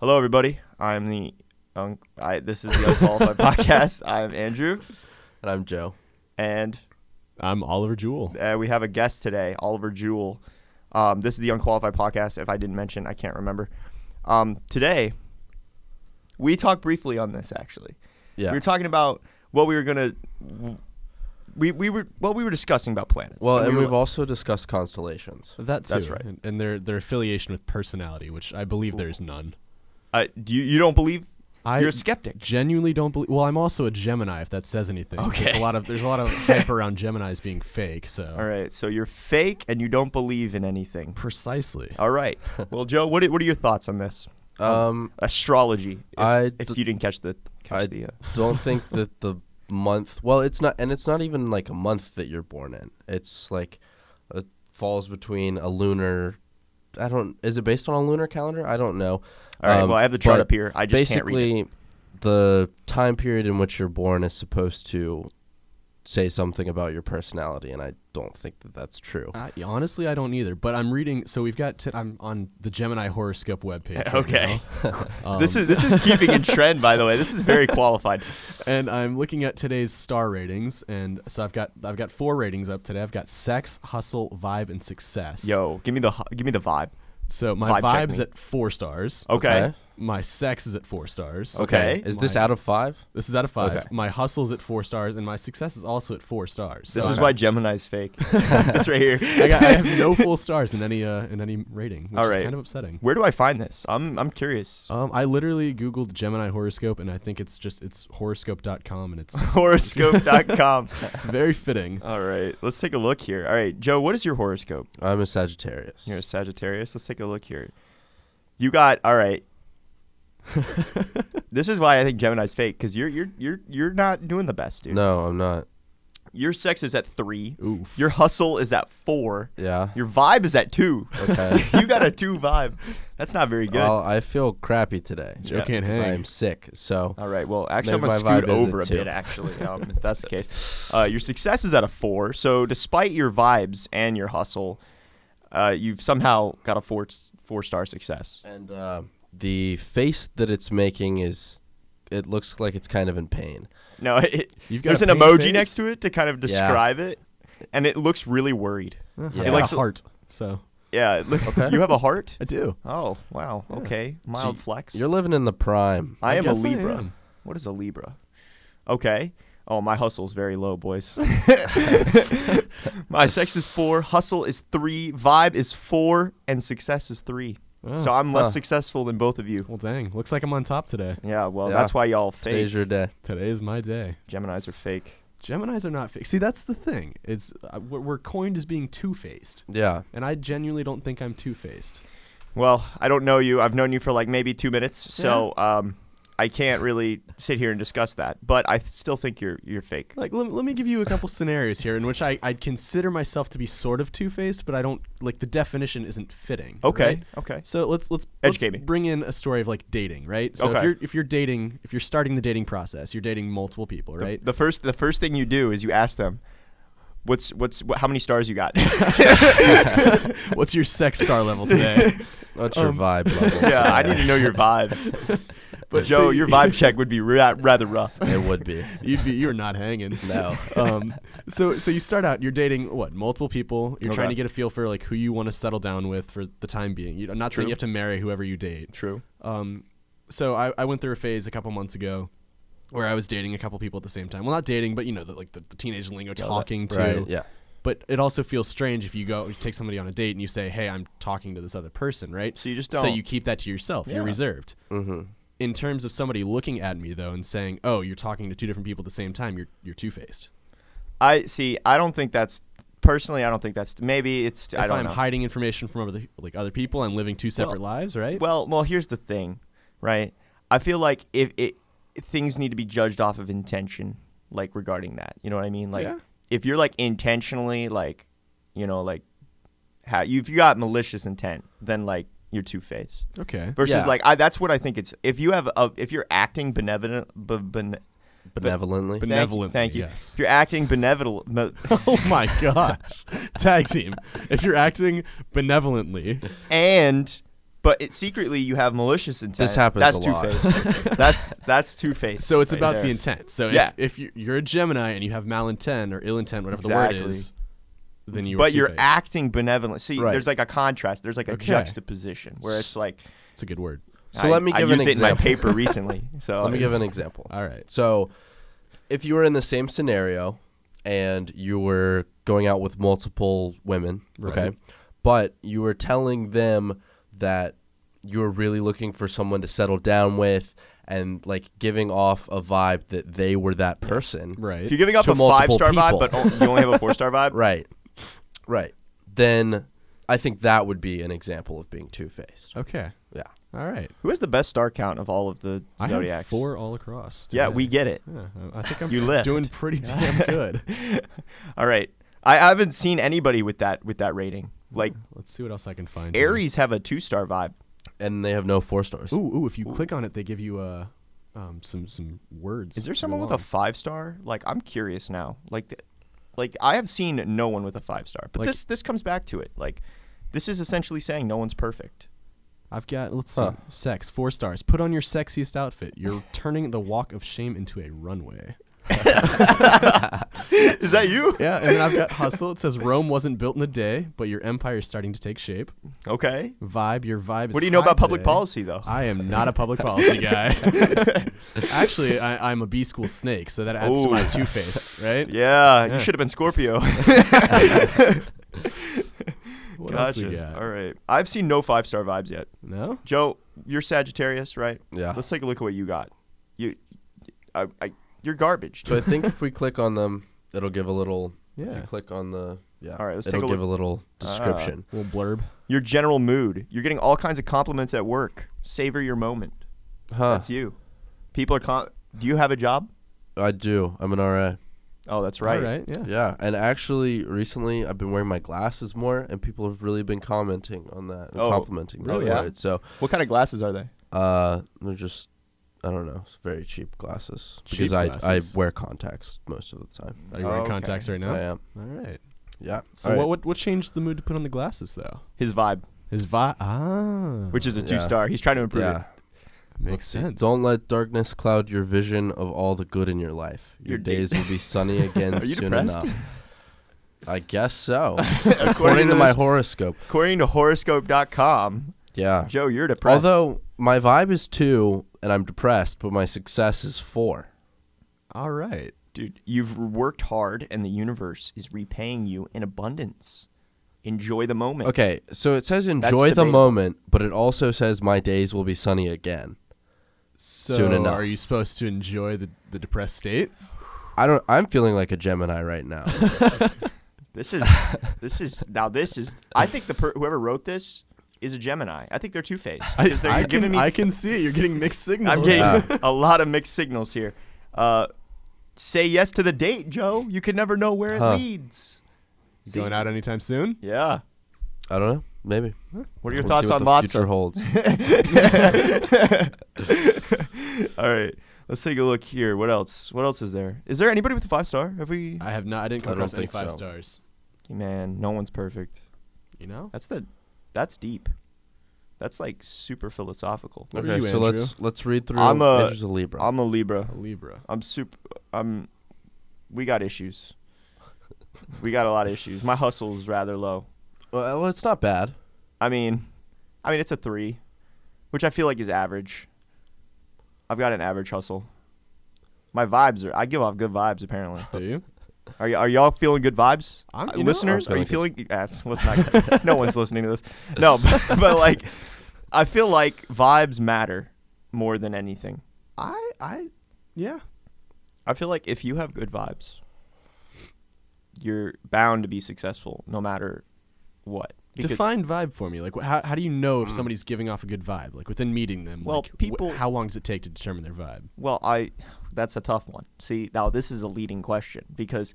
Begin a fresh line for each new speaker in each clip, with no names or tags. Hello, everybody. I'm the. Um, I, this is the Unqualified Podcast. I'm Andrew,
And I'm Joe.
and
I'm Oliver Jewell.
uh, we have a guest today, Oliver Jewell. Um, this is the Unqualified Podcast. If I didn't mention, I can't remember. Um, today, we talked briefly on this. Actually,
Yeah.
we were talking about what we were gonna. We, we were what we were discussing about planets.
well, and
we
we've also discussed constellations.
That
That's right.
And, and their their affiliation with personality, which I believe there is none.
uh, do you, you don't believe
I
you're a skeptic?
genuinely don't believe. Well, I'm also a Gemini. If that says anything. There's
Okay.
a lot of there's a lot of hype around Gemini's being fake. So
All right, so you're fake and you don't believe in anything.
precisely.
All right. Well, Joe, what are, what are your thoughts on this?
Um,
astrology. If,
I
if
d-
you didn't catch the catch
I
the uh,
don't think that the month. Well, it's not, and it's not even like a month that you're born in. It's like it falls between a lunar. I don't. Is it based on a lunar calendar? I don't know.
all right.
Um,
well, I have the chart
but
up here. I just can't read it.
basically, the time period in which you're born is supposed to say something about your personality, and I don't think that that's true.
I, honestly, I don't either. But I'm reading. So we've got. T- I'm on the Gemini horoscope webpage. right
Okay.
now. Um,
this is this is keeping in trend, by the way. This is very qualified.
and I'm looking at today's star ratings, and so I've got I've got four ratings up today. I've got sex, hustle, vibe, and success.
Yo, give me the hu- give me the vibe.
So my
Vibe check
vibe's
me.
at four stars.
Okay.
My sex is at four stars.
Okay.
Is this
My-
out of five?
This is out of five.
Okay.
My hustle is at four stars, and my success is also at four stars.
This
So
is
I-
why Gemini's fake. this right here.
I, got, I have no full stars in any uh, in any rating, which
All
is
right.
kind of upsetting.
Where do I find this? I'm I'm
Uh,
curious.
Um, I literally googled Gemini horoscope, and I think it's just it's horoscope.com, and it's
Horoscope.com.
very fitting.
All right, let's take a look here. All right, Joe, what is your horoscope?
I'm a Sagittarius.
You're a Sagittarius. Let's take a look here. You got all right. this is why I think Gemini's fake because you're you're you're you're not doing the best, dude.
No, I'm not.
Your sex is at three.
Oof.
Your hustle is at four.
Yeah.
Your vibe is at two.
Okay. Oh.
you got a two vibe. That's not very good.
Well, I feel crappy today.
Joe
Yeah,
can't
'cause I am
hang.
sick. So
All right. Well, actually,
Maybe
I'm
my
gonna scoot
vibe is
over
at
a
two.
bit. Actually, um, if that's the case, uh, your success is at a four. So, despite your vibes and your hustle, uh, you've somehow got a four four star success.
and uh, the face that it's making is, it looks like it's kind of in pain.
No, it, it-
You've got
there's
a
an
pain
emoji
face?
next to it to kind of describe it, and it looks really worried.
Uh,
Uh-huh. Yeah.
I got
likes-
a heart. So
Yeah, it look,
Okay.
you have a heart.
I do.
Oh wow, okay, mild
y-
flex.
You're living in the prime.
I
I
am a
guess I
Libra.
am.
What is a Libra? Okay. Oh, my hustle's very low, boys. my sex is four, hustle is three, vibe is four, and success is three.
Oh,
so I'm less
huh.
successful than both of you.
Well, dang. Looks like I'm on top today.
Yeah, well,
Yeah.
that's why y'all fake.
Today's your day.
Today is my day.
Geminis are fake.
Gemini's are not fake. See, that's the thing. It's uh, we're, we're coined as being two-faced,
Yeah.
and I genuinely don't think I'm two-faced.
Well, I don't know you. I've known you for like maybe two minutes, so um, I can't really sit here and discuss that. But I th- still think you're you're fake.
Like, let, let me give you a couple scenarios here in which I I'd consider myself to be sort of two-faced, but I don't like the definition isn't fitting.
Okay,
right?
okay.
So let's let's,
Educate me.
let's bring in a story of like dating, right? So
Okay.
if you're if you're dating, if you're starting the dating process, you're dating multiple people, right?
The first the first thing you do is you ask them, "What's what's wh- how many stars you got?"
What's your sex star level today?
What's your
Um,
vibe level?
yeah, I
today?
need to know your vibes. But
But
Joe,
so-
your vibe check would be ra- rather rough.
It would be.
You'd be you're not hanging.
No.
um, so so you start out you're dating what multiple people you're trying
Okay.
to get a feel for like who you want to settle down with for the time being you, i'm not saying
True.
you have to marry whoever you date
True.
um, so I, I went through a phase a couple months ago where i was dating a couple people at the same time well not dating but you know the, like the, the teenage lingo talking to
Right. Yeah.
but it also feels strange if you go you take somebody on a date and you say hey i'm talking to this other person right
So you just
so
don't.
you keep that to yourself
Yeah.
you're reserved
Mm-hmm.
in terms of somebody looking at me though and saying oh you're talking to two different people at the same time you're, you're two-faced
I see. I don't think that's personally. I don't think that's maybe it's. I
if
don't
I'm
know.
hiding information from other like other people, I'm living two separate lives, right?
well, well, here's the thing, right? I feel like if it things need to be judged off of intention, like regarding that. You know what I mean? Like
Yeah.
if you're like intentionally like, you know, like how you, if you got malicious intent, then like you're two faced.
okay.
Versus
Yeah.
like I, that's what I think it's. If you have a, if you're acting benevolent, b- ben,
Benevolently.
But-
Thank you.
Benevolently,
Thank you.
yes.
If you're acting benevolent, me-
oh my gosh, tag team! If you're acting benevolently,
and But it, secretly, you have malicious intent.
happens
That's
a
two
lot.
faced. that's that's two faced.
So it's about the intent. So
Yeah.
if, if you- you're a Gemini and you have malintent or ill intent, whatever the word
Exactly.
is, then you.
but
are
you're
two-faced.
acting benevolent. See,
Right.
there's like a contrast. There's like a
Okay.
juxtaposition where it's like.
It's a good word.
So
I-
let me
I
give an
used it in my
example.
paper recently. So
Let me give an example.
All right.
So, if you were in the same scenario and you were going out with multiple women,
Right.
okay, but you were telling them that you were really looking for someone to settle down with and like giving off a vibe that they were that person,
If
Right.
you're giving off
to
a five star vibe,
multiple
but o- you only have a four star vibe.
right, right, then I think that would be an example of being two faced.
Okay.
Yeah.
All right.
Who has the best star count of all of the
I have
zodiacs?
four all across.
Yeah,
today.
we get it.
Yeah, I I think I'm
You lift.
doing pretty damn good.
All right. I I haven't seen anybody with that with that rating. Like
Let's see what else I can find. here.
Aries have a two star vibe.
And they have no four stars.
Ooh, ooh! If you click on it, they give you uh, um, some some words.
Is there
to go
someone with a
along.
five star? Like I'm curious now. Like, th- like I have seen no one with a five star. But
Like-
this this comes back to it. Like, this is essentially saying no one's perfect.
I've got let's
Huh.
see, sex four stars. Put on your sexiest outfit. You're turning the walk of shame into a runway.
is that you?
Yeah, and then I've got hustle. It says Rome wasn't built in a day, but your empire is starting to take shape.
Okay.
Vibe, your vibe. Is
What do you know
high
about public
today.
policy though?
I am not a public policy guy. Actually, I, I'm a B school snake, so that adds to my
Ooh.
two face, right?
yeah,
Yeah.
you should have been Scorpio.
What else we
gotcha.
got?
All right. I've seen no five star vibes yet.
No.
Joe, you're Sagittarius, right?
Yeah.
Let's take a look at what you got. You, I, I you're garbage.
So I
dude.
think if we click on them, it'll give a little. If
Yeah.
you click on the yeah,
All right, let's take
it'll
a Ah.
give a little description.
Little blurb.
Your general mood. You're getting all kinds of compliments at work. Savor your moment.
huh?
That's you. People are con. Do you have a job?
I do. I'm an RA.
Oh, that's
All
right.
right. Yeah.
Yeah, and actually, recently I've been wearing my glasses more, and people have really been commenting on that, and
Oh,
complimenting me
really?
for
Yeah.
it. So,
What kind of glasses are they?
uh, they're just, I don't know, it's very cheap glasses because
Cheap
I
glasses.
I wear contacts most of the time.
Are you wearing
Okay.
contacts right now?
I am.
All right.
Yeah.
So
All right.
what, what what changed the mood to put on the glasses though?
His vibe,
His vibe. Ah,
which is a
Yeah.
two star. He's trying to improve
Yeah.
makes
Let's see.
sense.
Don't let darkness cloud your vision of all the good in your life. Your,
Your day-
days will be sunny again
Are you
soon
depressed?
enough. I guess so.
it.
According, to, my
this-
horoscope.
according to horoscope.com,
Yeah.
Joe, you're depressed.
Although my vibe is two and I'm depressed, but my success is four.
All right.
dude, you've worked hard, and the universe is repaying you in abundance. Enjoy the moment.
Okay, so it says enjoy the
debatable.
moment, but it also says my days will be sunny again.
So
Soon enough.
are you supposed to enjoy the, the depressed state?
I don't I'm feeling like a Gemini right now.
This is this is now this is I think the per, whoever wrote this is a Gemini. I think they're two faced because they're
I
giving
can,
me.
I
I
can see it. You're getting mixed signals. Uh,
am getting a lot of mixed signals here. Uh, say yes to the date, Joe. You can never know where
Huh.
it leads.
You going out anytime soon.
Yeah.
I don't know. Maybe.
What are your
We'll
thoughts
see
on
what the future
matzah?
holds.
All right, let's take a look here. What else? What else is there? Is there anybody with a five star? Have we?
I have not. I didn't come
I don't
across any
think
five
so.
stars.
Man, no one's perfect.
You know.
That's the. That's deep. That's like super philosophical.
What are
Okay,
you,
so
Andrew?
let's let's read through
I'm a-
Andrew's a Libra.
I'm a Libra.
A Libra.
I'm super. I'm. We got issues. we got a lot of issues. My hustle's rather low.
well, it's not bad.
I mean, I mean it's a three, which I feel like is average. I've got an average hustle. My vibes are. I give off good vibes. Apparently,
Do you?
are y- are y'all feeling good vibes?
I'm-
Uh,
you know,
listeners,
I'm
are you feeling? Uh, let's not. no one's listening to this. No, but, but like, I feel like vibes matter more than anything.
I I yeah.
I feel like if you have good vibes, you're bound to be successful no matter what. Because-
Define vibe for me. Like, wh- how, how do you know if somebody's giving off a good vibe? Like within meeting them.
Well,
like, wh-
people-
how long does it take to determine their vibe?
well, I that's a tough one. See, now this is a leading question because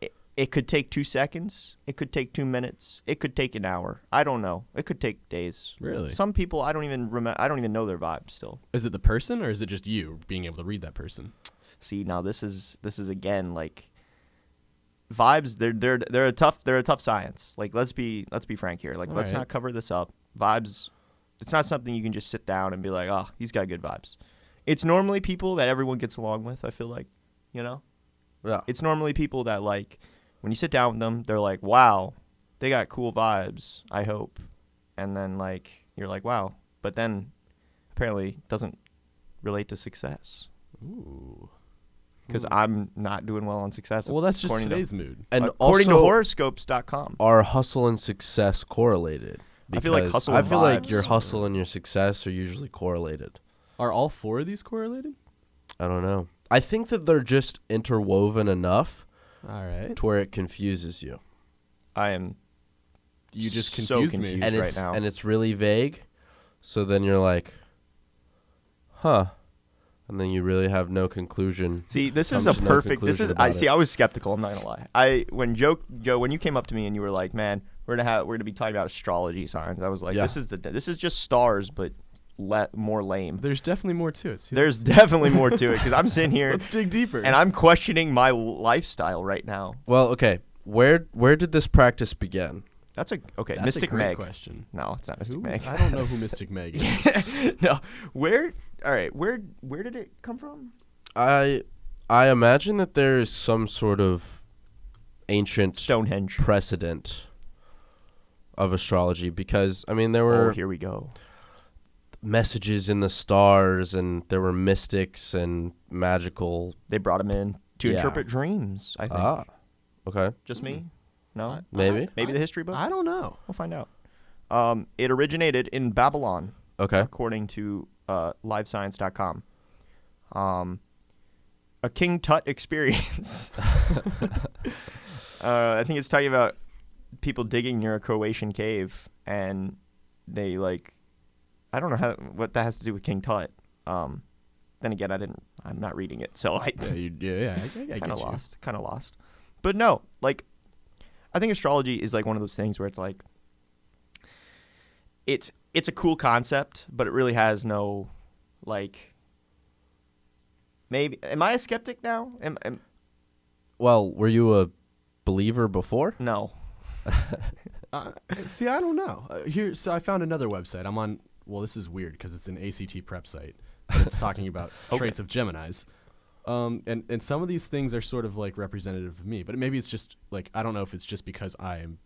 it, it could take 2 seconds, it could take 2 minutes, it could take an hour. I don't know. It could take days.
Really?
Some people I don't even remember I don't even know their vibe still.
Is it the person or is it just you being able to read that person?
See, now this is this is again like vibes they're they're they're a tough they're a tough science. Like let's be let's be frank here. Like
All
let's
right.
not cover this up. Vibes It's not something you can just sit down and be like, oh, he's got good vibes. It's normally people that everyone gets along with. I feel like, you know,
Yeah.
it's normally people that like when you sit down with them, they're like, wow, they got cool vibes. I hope, and then like you're like, wow, but then apparently it doesn't relate to success
Ooh.
because I'm not doing well on success.
Mm. Well, that's just
according to-
today's mood.
and
according
also,
to horoscopes.com.
are hustle and success correlated?
I feel like
Because
hustle
I
and
feel
vibes
like your
are-
hustle and your success are usually correlated.
Are all four of these correlated?
I don't know. I think that they're just interwoven enough
All right.
to where it confuses you,
I am
You just
So
confused me.
confused.
and
right
it's
now.
and it's really vague. So then you're like, huh, and then you really have no conclusion.
See, this is
Come
a
to no
perfect. this
conclusion
is. I
about
see.
it.
I was skeptical. I'm not gonna lie. I when Joe Joe when you came up to me and you were like, "Man, we're gonna have we're gonna be talking about astrology signs." I was like,
Yeah.
"This is the this is just stars, but le- more lame."
There's definitely more to it. See,
There's definitely more to it because I'm sitting here
let's dig deeper.
and I'm questioning my lifestyle right now.
Well, okay, where where did this practice begin?
That's a okay.
That's a
Mystic
great
Meg.
question.
No, it's not Mystic
Who-
Meg.
I don't know who Mystic Meg is.
no, where? All right, where where did it come from?
I I imagine that there is some sort of ancient
Stonehenge.
precedent of astrology because I mean there
Oh,
were
here we go.
messages in the stars and there were mystics and magical
They brought him in to
Yeah.
interpret dreams. I think.
ah okay
Just me? No.
maybe
Maybe the history book.
I don't know.
We'll find out. Um, it originated in Babylon,
okay
according to uh, LiveScience.com. Um, a King Tut experience. uh, I think it's talking about people digging near a Croatian cave, and they like, I don't know how what that has to do with King Tut. Um, then again, I didn't. I'm not reading it, so I
Yeah, you, yeah, yeah. I, I, I get
kind
you.
of lost, kind of lost. But no, like I think astrology is like one of those things where it's like it's it's a cool concept, but it really has no like maybe am I a skeptic now? Am, am
well were you a believer before
no.
Uh, see, I don't know. Uh, here, so I found another website. I'm on. Well, this is weird because it's an ACT prep site. But it's talking about traits of Gemini's, um, and and some of these things are sort of like representative of me. But maybe it's just like I don't know if it's just because I am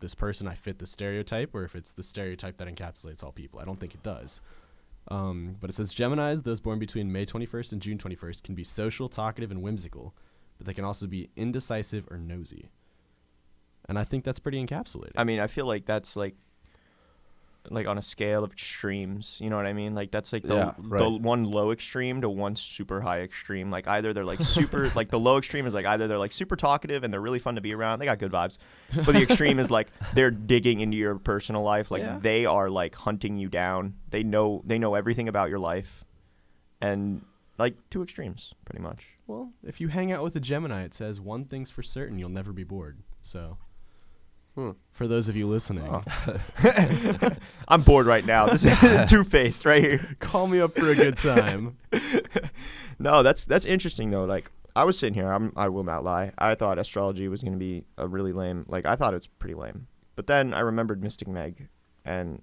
this person, I fit the stereotype, or if it's the stereotype that encapsulates all people. I don't think it does. Um, but it says Geminis, those born between May 21st and June 21st, can be social, talkative, and whimsical, but they can also be indecisive or nosy. And I think that's pretty encapsulated.
I mean, I feel like that's like like on a scale of extremes, you know what I mean? Like that's like the
Yeah,
the
right.
one low extreme to one super high extreme. Like either they're like super like the low extreme is like either they're like super talkative and they're really fun to be around. They got good vibes. But the extreme is like they're digging into your personal life. Like
Yeah.
they are like hunting you down. They know they know everything about your life. And like two extremes pretty much.
Well, if you hang out with a Gemini, it says one thing's for certain: you'll never be bored. So,
Hmm.
for those of you listening,
I'm bored right now. This is two-faced right here.
call me up for a good time.
No, that's that's interesting though. Like I was sitting here, I'm I will not lie. I thought astrology was going to be a really lame. Like I thought it was pretty lame. But then I remembered Mystic Meg and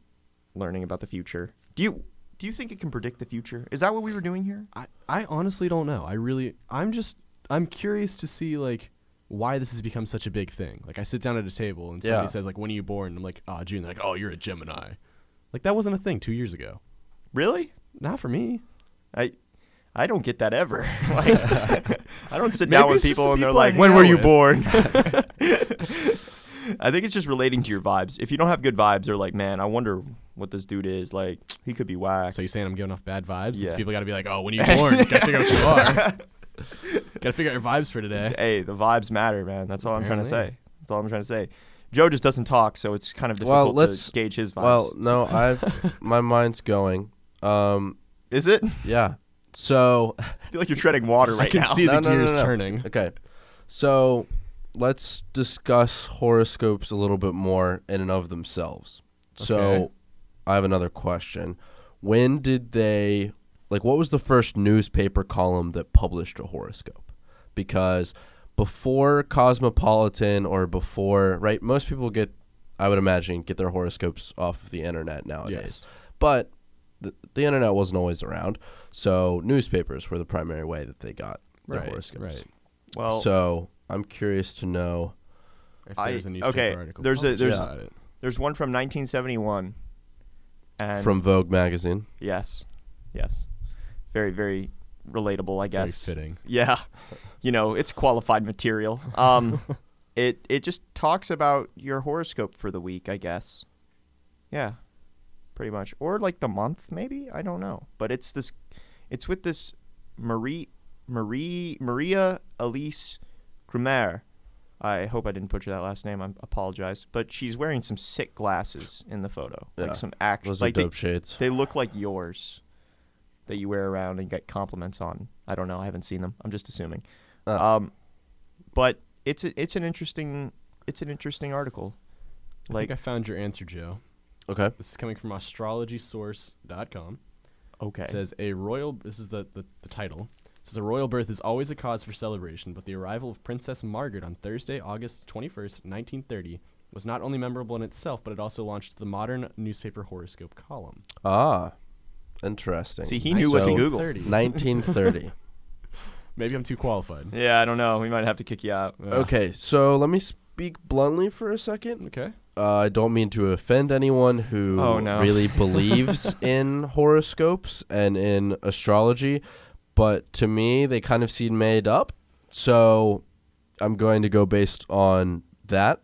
learning about the future. Do you do you think it can predict the future? Is that what we were doing here?
I, I honestly don't know. I really, I'm just, I'm curious to see like why this has become such a big thing. Like I sit down at a table and somebody
Yeah.
says like, "When are you born?" I'm like, "Ah, June." They're like, "Oh, you're a Gemini." Like that wasn't a thing two years ago.
Really?
Not for me.
I I don't get that ever. like I don't sit
Maybe
down with
it's just
people
the
and they're
people I
like,
hang
"When were
out
you
with."
born?" I think it's just relating to your vibes. If you don't have good vibes, they're like, "Man, I wonder what this dude is. Like, he could be whack."
So you saying I'm giving off bad vibes? These
Yeah.
people got to be like, "Oh, when are you born?" gotta figure out what you are. gotta figure out your vibes for today.
hey, the vibes matter, man. That's all I'm trying to
Apparently.
say. That's all I'm trying to say. Joe just doesn't talk, so it's kind of difficult
Well, let's-
to gauge his vibes.
well no I've my mind's going um
is it? I
yeah so
feel like you're treading water right
I can
now.
see the
No, no, no,
gears
no.
turning.
Okay. So let's discuss horoscopes a little bit more in and of themselves.
Okay.
So I have another question. When did they like what was the first newspaper column that published a horoscope? Because before Cosmopolitan or before right, most people get I would imagine get their horoscopes off of the internet nowadays.
Yes.
But the, the internet wasn't always around, so newspapers were the primary way that they got their
Right,
horoscopes.
right.
Well,
so I'm curious to know.
If
I-
there's a newspaper
okay,
article Oh,
there's a-
published
there's-
about it.
there's one from 1971. And
from Vogue magazine.
yes, yes, very very relatable, I guess.
Very fitting.
Yeah, you know it's qualified material. Um, it it just talks about your horoscope for the week, I guess. Yeah, pretty much, or like the month, maybe I don't know. But it's this, it's with this Marie Marie Maria Elise Grumer. I hope I didn't butcher that last name. I apologize, but she's wearing some sick glasses in the photo,
Yeah,
like some actual,
Those
like
are
they,
dope shades.
they look like yours that you wear around and get compliments on. I don't know. I haven't seen them. I'm just assuming.
Oh.
Uh.
Um, but it's a, it's an interesting it's an interesting article.
I
Like
think I found your answer, Joe.
okay.
This is coming from astrologysource.com.
okay,
It says a royal. This is the, the, the title. It says a royal birth is always a cause for celebration, but the arrival of Princess Margaret on Thursday, August 21st, 1930, was not only memorable in itself, but it also launched the modern newspaper horoscope column.
Ah, interesting.
See, he knew what to
So,
Google.
1930.
1930.
Maybe I'm too qualified.
yeah, I don't know. We might have to kick you out.
Oh.
okay, so let me speak bluntly for a second.
Okay.
Uh, I don't mean to offend anyone who
Oh, no.
really believes in horoscopes and in astrology, but to me, they kind of seem made up. So I'm going to go based on that.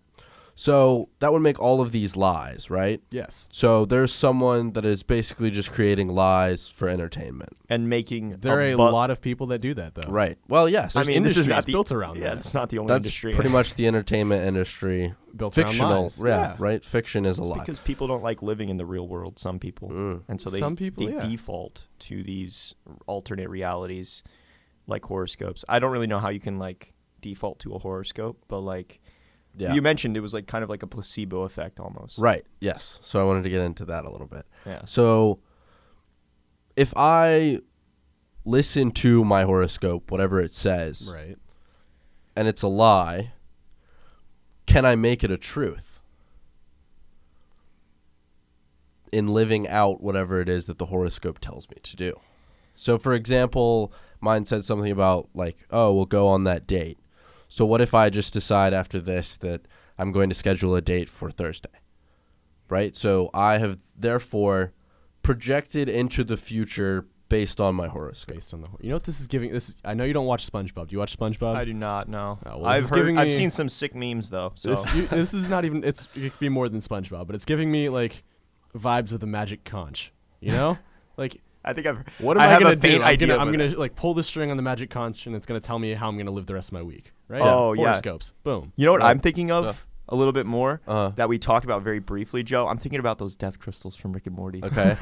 So that would make all of these lies, right?
Yes.
So there's someone that is basically just creating lies for entertainment.
and making
There are
a,
a
bu-
lot of people that do that, though.
Right. Well, yes.
I mean, this is
industries
not the,
built around
Yeah,
that.
it's not the only
that's
industry.
pretty much the entertainment industry.
Built around
Fictional.
lies.
Yeah, Right? Fiction is a lie.
because people don't like living in the real world. Some people,
Mm.
and so they
Some people,
they
yeah.
default to these alternate realities, like horoscopes. I don't really know how you can like default to a horoscope, but like
Yeah.
you mentioned, it was like kind of like a placebo effect almost.
Right. Yes. So I wanted to get into that a little bit.
Yeah.
So if I listen to my horoscope, whatever it says,
Right.
and it's a lie, can I make it a truth? In living out whatever it is that the horoscope tells me to do. So, for example, mine said something about, like, oh, we'll go on that date. So, what if I just decide after this that I'm going to schedule a date for Thursday? Right? So, I have therefore projected into the future based on my horoscope.
Based on the. You know what this is giving? This is, I know you don't watch SpongeBob. Do you watch SpongeBob?
I do not know.
Oh, well, this
I've
is
heard,
giving
I've
me-
seen some sick memes though. So
This, you, this is not even. It's it could be more than SpongeBob, but it's giving me like vibes of the Magic Conch. You know, like
I think I've.
what am
I
I,
have
gonna
a faint
do? I'm
idea
gonna, I'm
with
gonna like pull the string on the Magic Conch, and it's gonna tell me how I'm gonna live the rest of my week. Right?
Oh, yeah.
Horoscopes. Boom.
You know what
Right.
I'm thinking of a little bit more
Uh-huh.
that we talked about very briefly, Joe. I'm thinking about those death crystals from Rick and Morty.
Okay.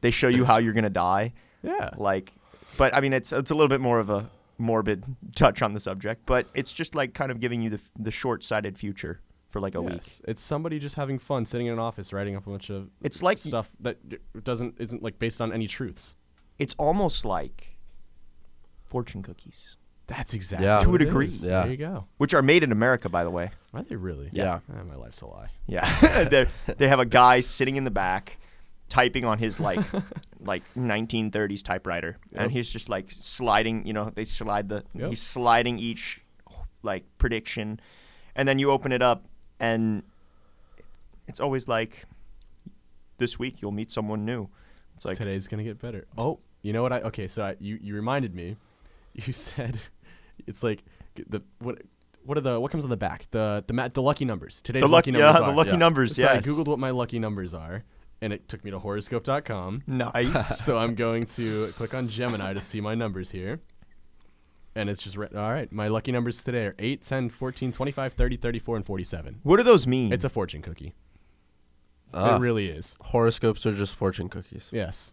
They show you how you're gonna die.
Yeah.
like but i mean it's it's a little bit more of a morbid touch on the subject but it's just like kind of giving you the the short-sighted future for like a week
Yes. It's somebody just having fun sitting in an office writing up a bunch of
It's like-
stuff that y- doesn't isn't like based on any truths.
it's almost like fortune cookies
That's exactly
To a
what it
degree.
is.
Yeah.
There you go.
which are made in america by the way
Are they really?
Yeah.
Ah, my life's a lie.
yeah they they have a guy sitting in the back typing on his like like 1930s typewriter
Yep.
and he's just like sliding you know they slide the
Yep.
he's sliding each like prediction and then you open it up and it's always like this week you'll meet someone new it's like
Today's gonna get better. Oh, you know what? I okay. So I, you you reminded me. You said it's like the what what are the what comes on the back the the ma- the lucky numbers today's
the lucky,
numbers
yeah,
are.
the lucky
Yeah.
numbers
So
yeah
I googled what my lucky numbers are, and it took me to horoscope.com.
nice
so I'm going to click on Gemini to see my numbers here. And it's just re- all right. My lucky numbers today are 8, 10, 14, 25, 30, 34, and 47.
what do those mean
It's a fortune cookie.
Ah.
It really is.
horoscopes are just fortune cookies.
Yes.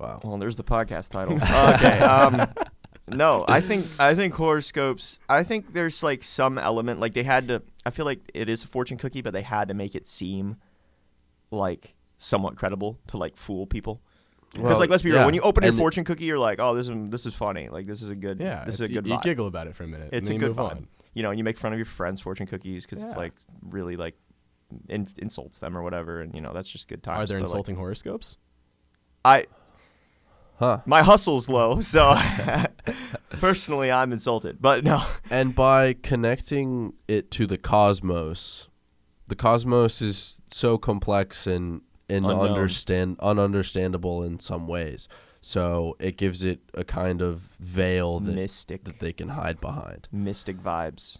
Wow.
Well, there's the podcast title. okay. Um, no, I think I think horoscopes. I think there's like some element like they had to. I feel like it is a fortune cookie, but they had to make it seem like somewhat credible to like fool people. Because
Well,
like let's be real, when
yeah.
you open your
And-
fortune cookie, you're like, oh, this is this is funny. Like this is a good.
Yeah.
This is
it's-
a good.
You, you
vibe.
giggle about it for a minute. and
It's a
then you
good
move
vibe.
on.
You know, you make fun of your friends' fortune cookies because it's
Yeah.
like really like in, insults them or whatever, and you know that's just good times.
Are there
But, like,
insulting horoscopes?
I
Huh.
my hustle's low, so personally, I'm insulted. But no,
And by connecting it to the cosmos, the cosmos is so complex and and
Unknown.
understand ununderstandable in some ways. So it gives it a kind of veil that
mystic,
that they can hide behind.
mystic vibes.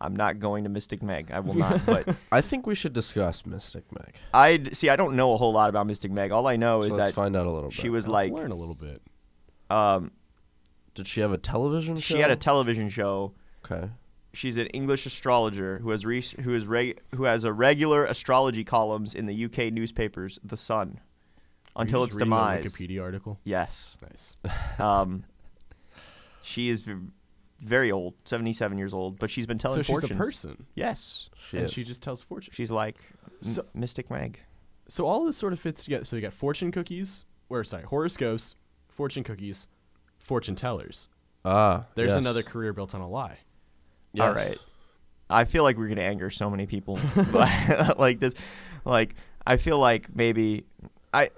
I'm not going to Mystic Meg. I will not. But
I think we should discuss Mystic Meg.
I see. I don't know a whole lot about Mystic Meg. All I know
So
is
let's
that
find out a little bit.
she was
Let's
like,
learn a little bit.
um,
Did she have a television show?
she had a television show.
okay.
She's an English astrologer who has re- who is reg- who has a regular astrology columns in the UK newspapers, The Sun,
Are you
until
just
its
reading the
demise.
Wikipedia article.
Yes.
Nice.
Um, she is v- very old, seventy-seven years old, but she's been telling
so she's
fortunes.
a person,
Yes,
She
and
is.
she just tells fortunes.
she's like m-
So-
Mystic Meg.
So all this sort of fits together. So you got fortune cookies, or sorry, horoscopes, fortune cookies, fortune tellers.
ah,
There's
yes.
another career built on a lie.
All
Yes.
right. I feel like we're gonna anger so many people, but like this, like I feel like maybe I.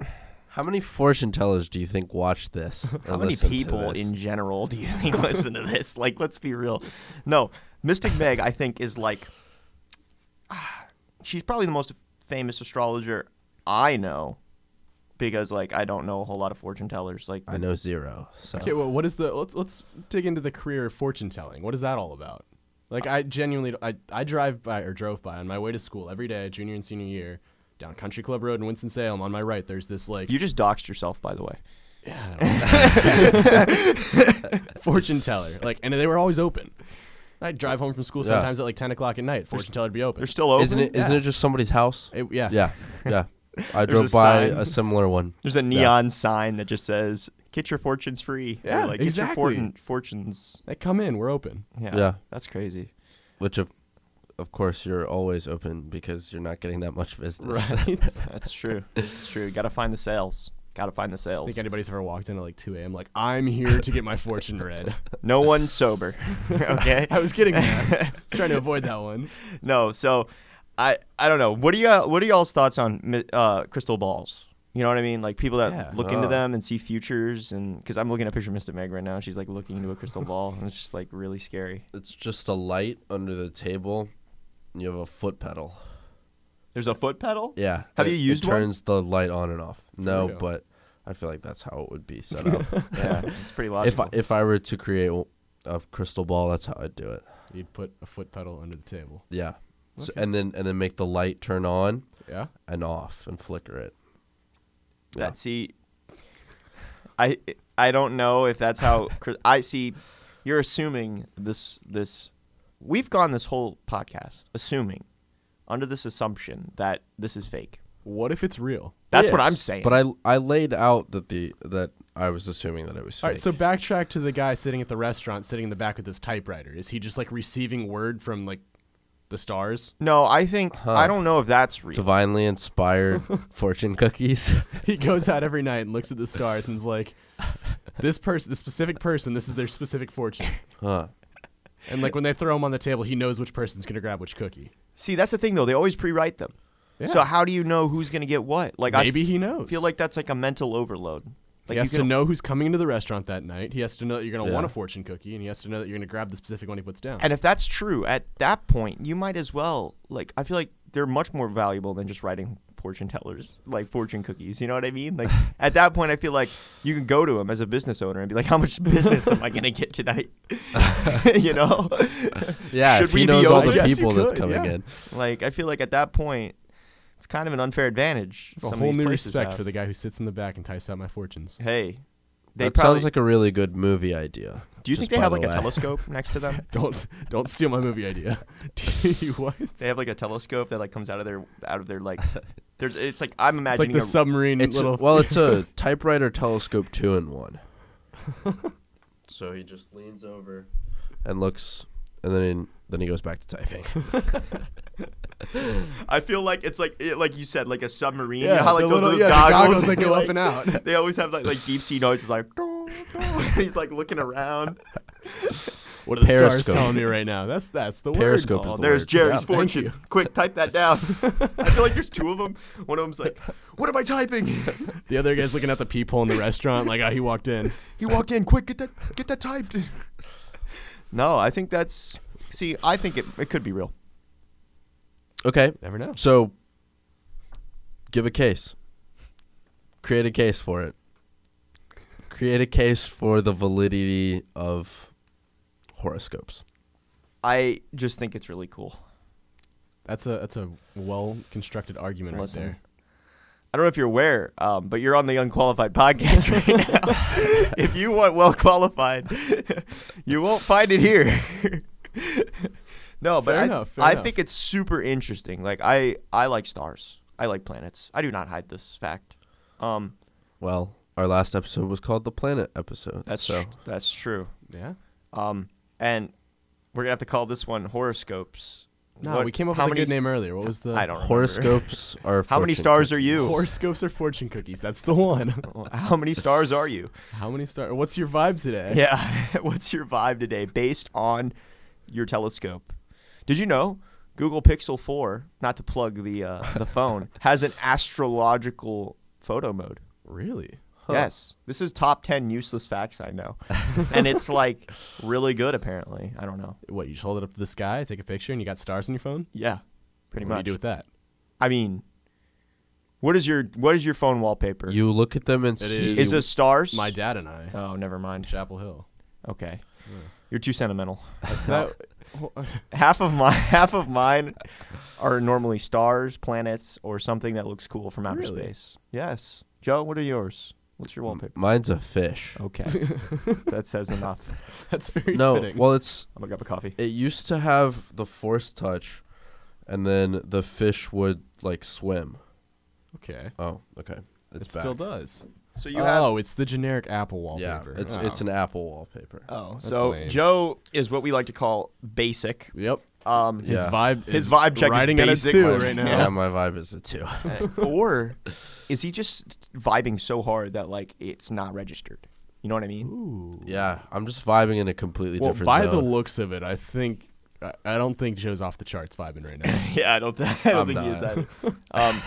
How many fortune tellers do you think watch this?
How
or
many
listen to
people
this?
in general do you think listen to this? Like, let's be real. No, Mystic Meg, I think, is like, ah, she's probably the most famous astrologer I know, because like I don't know a whole lot of fortune tellers. Like,
I know zero. So
Okay, well, what is the? Let's let's dig into the career of fortune telling. What is that all about? Like, I genuinely, I I drive by or drove by on my way to school every day, junior and senior year, down Country Club Road in Winston Salem. On my right, there's this like
you just doxed yourself, by the way.
Yeah, I don't know. fortune teller. Like, and they were always open. I'd drive home from school
Yeah.
sometimes at like ten o'clock at night. Fortune teller'd be open.
They're still open.
isn't it isn't it just somebody's house?
It- yeah.
Yeah, yeah. I
There's a
drove by
sign.
a similar one.
There's a neon sign that just says "Get your fortunes free." Or,
Yeah,
like,
exactly.
Get your fortun- fortunes.
Like, come in. We're open.
Yeah,
Yeah.
that's crazy.
which of of course you're always open because you're not getting that much business.
Right.
That's true. That's true. Got to find the sales. Got to find the sales.
think anybody's ever walked in at like two a.m. Like, I'm here to get my fortune read.
No one sober. okay.
I was kidding. Man. I was trying to avoid that one.
no. So, I I don't know. What do you What are y'all's thoughts on mi- uh, crystal balls? You know what I mean? Like people that
Yeah.
look into
Ah.
them and see futures, and because I'm looking at a picture of Mr. Meg right now, she's like looking into a crystal ball, and it's just like really scary.
It's just a light under the table. and You have a foot pedal.
There's a foot pedal.
Yeah.
Have
it-
you used
it
one?
turns the light on and off. No,
real?
but I feel like that's how it would be set up.
Yeah, it's pretty
if
logical.
I, if I were to create w- a crystal ball, that's how I'd do it.
You'd put a foot pedal under the table.
Yeah. So, and then and then make the light turn on
Yeah.
and off and flicker it. Yeah.
That see, I I don't know if that's how cri- I see. You're assuming this this we've gone this whole podcast assuming under this assumption that this is fake.
What if it's real?
That's what
Yes,
I'm saying.
But I I laid out that the that I was assuming that it was fake.
All right, so backtrack to the guy sitting at the restaurant, sitting in the back with his typewriter. Is he just like receiving word from like the stars?
no, I think I
Huh.
don't know if that's real.
divinely inspired fortune cookies.
He goes out every night and looks at the stars and is like, "This person, this specific person, this is their specific fortune."
huh.
And like when they throw him on the table, he knows which person's gonna grab which cookie.
See, that's the thing though. They always pre-write them.
Yeah.
So how do you know who's gonna get what? Like
Maybe
I f-
he knows.
feel like that's like a mental overload. Like
he has
you
to
can-
know who's coming into the restaurant that night. He has to know that you're gonna
Yeah.
want a fortune cookie, and he has to know that you're gonna grab the specific one he puts down.
And if that's true, at that point, you might as well like. I feel like they're much more valuable than just writing fortune tellers, like fortune cookies. You know what I mean? Like at that point, I feel like you can go to them as a business owner and be like, "How much business am I gonna get tonight?" you know?
Yeah,
Should
if he
we be
knows all
open?
the
Yes, you
people that's
could,
coming
yeah.
in.
Like I feel like at that point, it's kind of an unfair advantage.
a
some of
whole
these
new
places
respect
have.
for the guy who sits in the back and types out my fortunes.
Hey, they
That
probably.
sounds like a really good movie idea.
do you
just
think they
by
have
the
like a
way.
telescope next to them?
Don't don't steal my movie idea. what?
They have like a telescope that like comes out of their out of their like. There's it's like I'm
it's
imagining
like the
a-
submarine
It's a-
Mm, little.
well, it's a typewriter telescope two in one. so he just leans over and looks, and then then he goes back to typing.
I feel like it's like it, like you said, like a submarine.
Yeah,
you know how like
the
those-
little-
those
yeah, the
goggles,
goggles that go
like,
up and out.
They always have like like deep sea noises, like. "Dong, dong," and He's like looking around.
What are the
Periscope.
stars telling me right now? That's that's the
Periscope
word.
is
Oh,
the
there's
word.
Yeah,
Jerry's
thank
fortune.
you.
Quick, type that down. I feel like there's two of them. One of them's like, "What am I typing?"
The other guy's looking at the peephole in the restaurant, like, oh, he walked in.
He walked in. Quick, get that, get that typed. no, I think that's. See, I think it it could be real.
Okay,
Never know.
so give a case. Create a case for it. Create a case for the validity of horoscopes.
I just think it's really cool.
That's a that's a well constructed argument
Listen.
right there.
I don't know if you're aware, um, but you're on the unqualified podcast right now. if you want well qualified, you won't find it here. no, but
Fair
I,
enough, fair
I
enough.
think it's super interesting. Like I, I like stars. I like planets. I do not hide this fact. Um,
Well, our last episode was called the planet episode.
that's
so.
tr- that's true.
Yeah.
Um, and we're gonna have to call this one horoscopes.
No,
What-
we came up
how
with a
many
good
s-
name earlier. What was the
I don't remember.
Horoscopes are.
How many
fortune
stars are
cookies.
you?
horoscopes or fortune cookies? That's the one.
How many stars are you?
How many stars? What's your vibe today?
Yeah. What's your vibe today based on your telescope? Did you know Google Pixel 4, not to plug the uh, the phone, has an astrological photo mode?
Really?
Huh.
Yes. This is top 10 useless facts I know. and it's like really good apparently. I don't know.
What? You just hold it up to the sky, take a picture, and you got stars on your phone.
Yeah. Pretty
what
much.
do you do with that?
I mean, what is your what is your phone wallpaper?
You look at them and
It
see.
is this stars?
My dad and I.
Oh, never mind.
Chapel Hill.
Okay. You're too sentimental.
That,
half of my half of mine are normally stars, planets, or something that looks cool from outer
Really?
space. Yes. Joe, what are yours? What's your wallpaper?
Mine's a fish.
Mm.
Okay. that says enough.
that's very
No,
fitting.
well, it's
I'm gonna grab a coffee.
it used to have the force touch, and then the fish would like swim.
okay.
Oh, okay, it's
it
back.
still does.
So
oh, it's the generic Apple
yeah,
wallpaper.
it's
oh.
it's an Apple wallpaper.
Oh,
That's
so
lame.
Joe is what we like to call basic.
Yep.
Um,
Yeah.
His vibe.
His
is
vibe check is
riding at us
basic.
too
My-
right now.
Yeah, my vibe is a two.
or is he just vibing so hard that like it's not registered? You know what I mean?
Ooh.
yeah, I'm just vibing in a completely
Well,
different
by
zone.
the looks of it, I think I, I don't think Joe's off the charts vibing right now.
Yeah, I don't, th- I don't
I'm
think he is
not.
either. Um,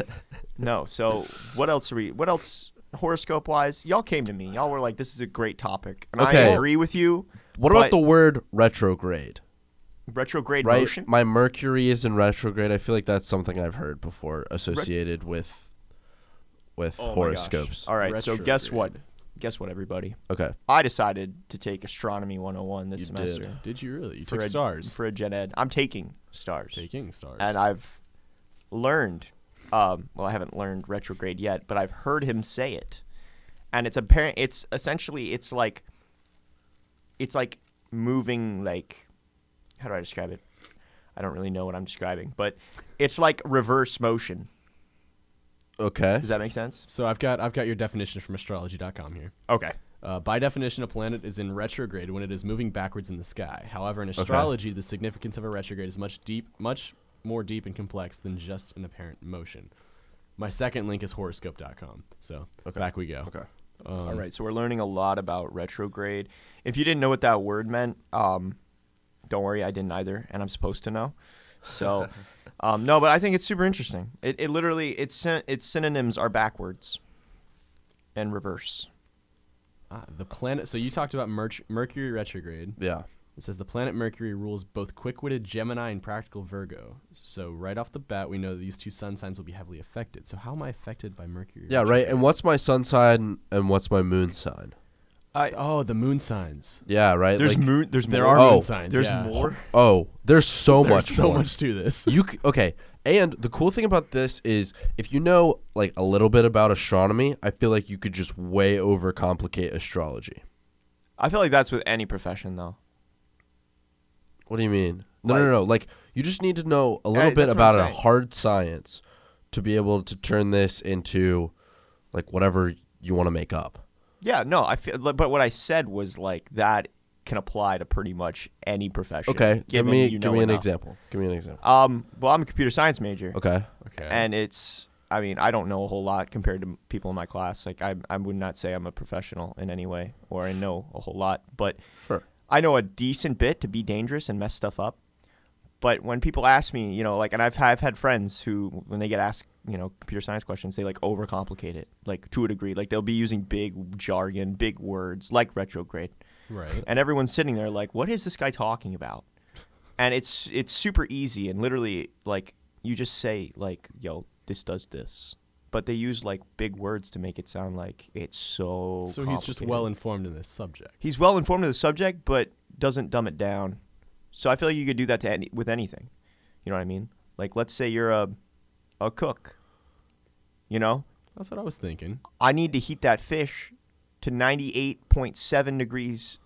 no. So what else are we? What else horoscope wise? Y'all came to me. Y'all were like, "This is a great topic," and I
Okay.
agree with you.
what about
but-
the word retrograde?
Retrograde
Right,
motion.
my Mercury is in retrograde. I feel like that's something I've heard before associated with with
Oh my gosh.
horoscopes.
All right. So guess what?
Retrograde.
Guess what, everybody.
Okay,
I decided to take astronomy 101 this
You did.
semester
Did you really? You
for
took
a,
stars.
for a gen ed. I'm taking stars,
Taking stars.
and I've learned. Um, well, I haven't learned retrograde yet, but I've heard him say it, and it's apparent. It's essentially it's like it's like moving like how do I describe it? I don't really know what I'm describing, but it's like reverse motion.
okay.
Does that make sense?
so I've got I've got your definition from astrology.com here.
Okay.
Uh, by definition, a planet is in retrograde when it is moving backwards in the sky. However, in astrology, the significance of a retrograde is much deep, much more deep and complex than just an apparent motion. My second link is horoscope.com. So
Okay.
back we go.
Okay.
Um,
Mm.
All right. So we're learning a lot about retrograde. If you didn't know what that word meant, um, don't worry, I didn't either, and I'm supposed to know. So, um, no, but I think it's super interesting. It, it literally its syn- its synonyms are backwards and reverse.
ah, the planet. So you talked about merch Mercury retrograde.
Yeah.
It says the planet Mercury rules both quick-witted Gemini and practical Virgo. So right off the bat, we know these two sun signs will be heavily affected. So how am I affected by Mercury?
Yeah, right. And what's my sun sign and what's my moon sign?
retrograde? oh, the moon signs.
Yeah, right.
uh, There's
like,
moon. There's
There
more.
are
Oh,
moon signs.
there's
yeah.
more.
Oh, there's so much.
There's so
more.
much to this.
You c- okay? And the cool thing about this is, if you know like a little bit about astronomy, I feel like you could just way overcomplicate astrology.
I feel like that's with any profession though.
What do you mean? No,
Like-
no, no. Like you just need to know a
Hey,
little bit
that's what I'm
about a
saying.
hard science to be able to turn this into like whatever you want to make up.
Yeah. No. I feel. But what I said was like that can apply to pretty much any profession.
Okay, give
given
me
you
give
know
me an
enough.
example. Give me an example.
Um. Well, I'm a computer science major.
Okay.
Okay.
and it's i mean i don't know a whole lot compared to m- people in my class like i, I would not say i'm a professional in any way or i know a whole lot but
Sure.
I know a decent bit to be dangerous and mess stuff up. But when people ask me, you know, like, and I've, I've had friends who, when they get asked, you know, computer science questions, they like overcomplicate it, like to a degree. Like they'll be using big jargon, big words, like retrograde.
Right.
And everyone's sitting there like, what is this guy talking about? And it's it's super easy and literally like you just say like, yo, this does this. But they use like big words to make it sound like it's so.
So he's just
complicated.
well informed in this subject.
He's well informed of the subject, but doesn't dumb it down. So I feel like you could do that to any, with anything. You know what I mean? Like, let's say you're a, a cook. You know,
That's what I was thinking.
I need to heat that fish to 98.7 degrees.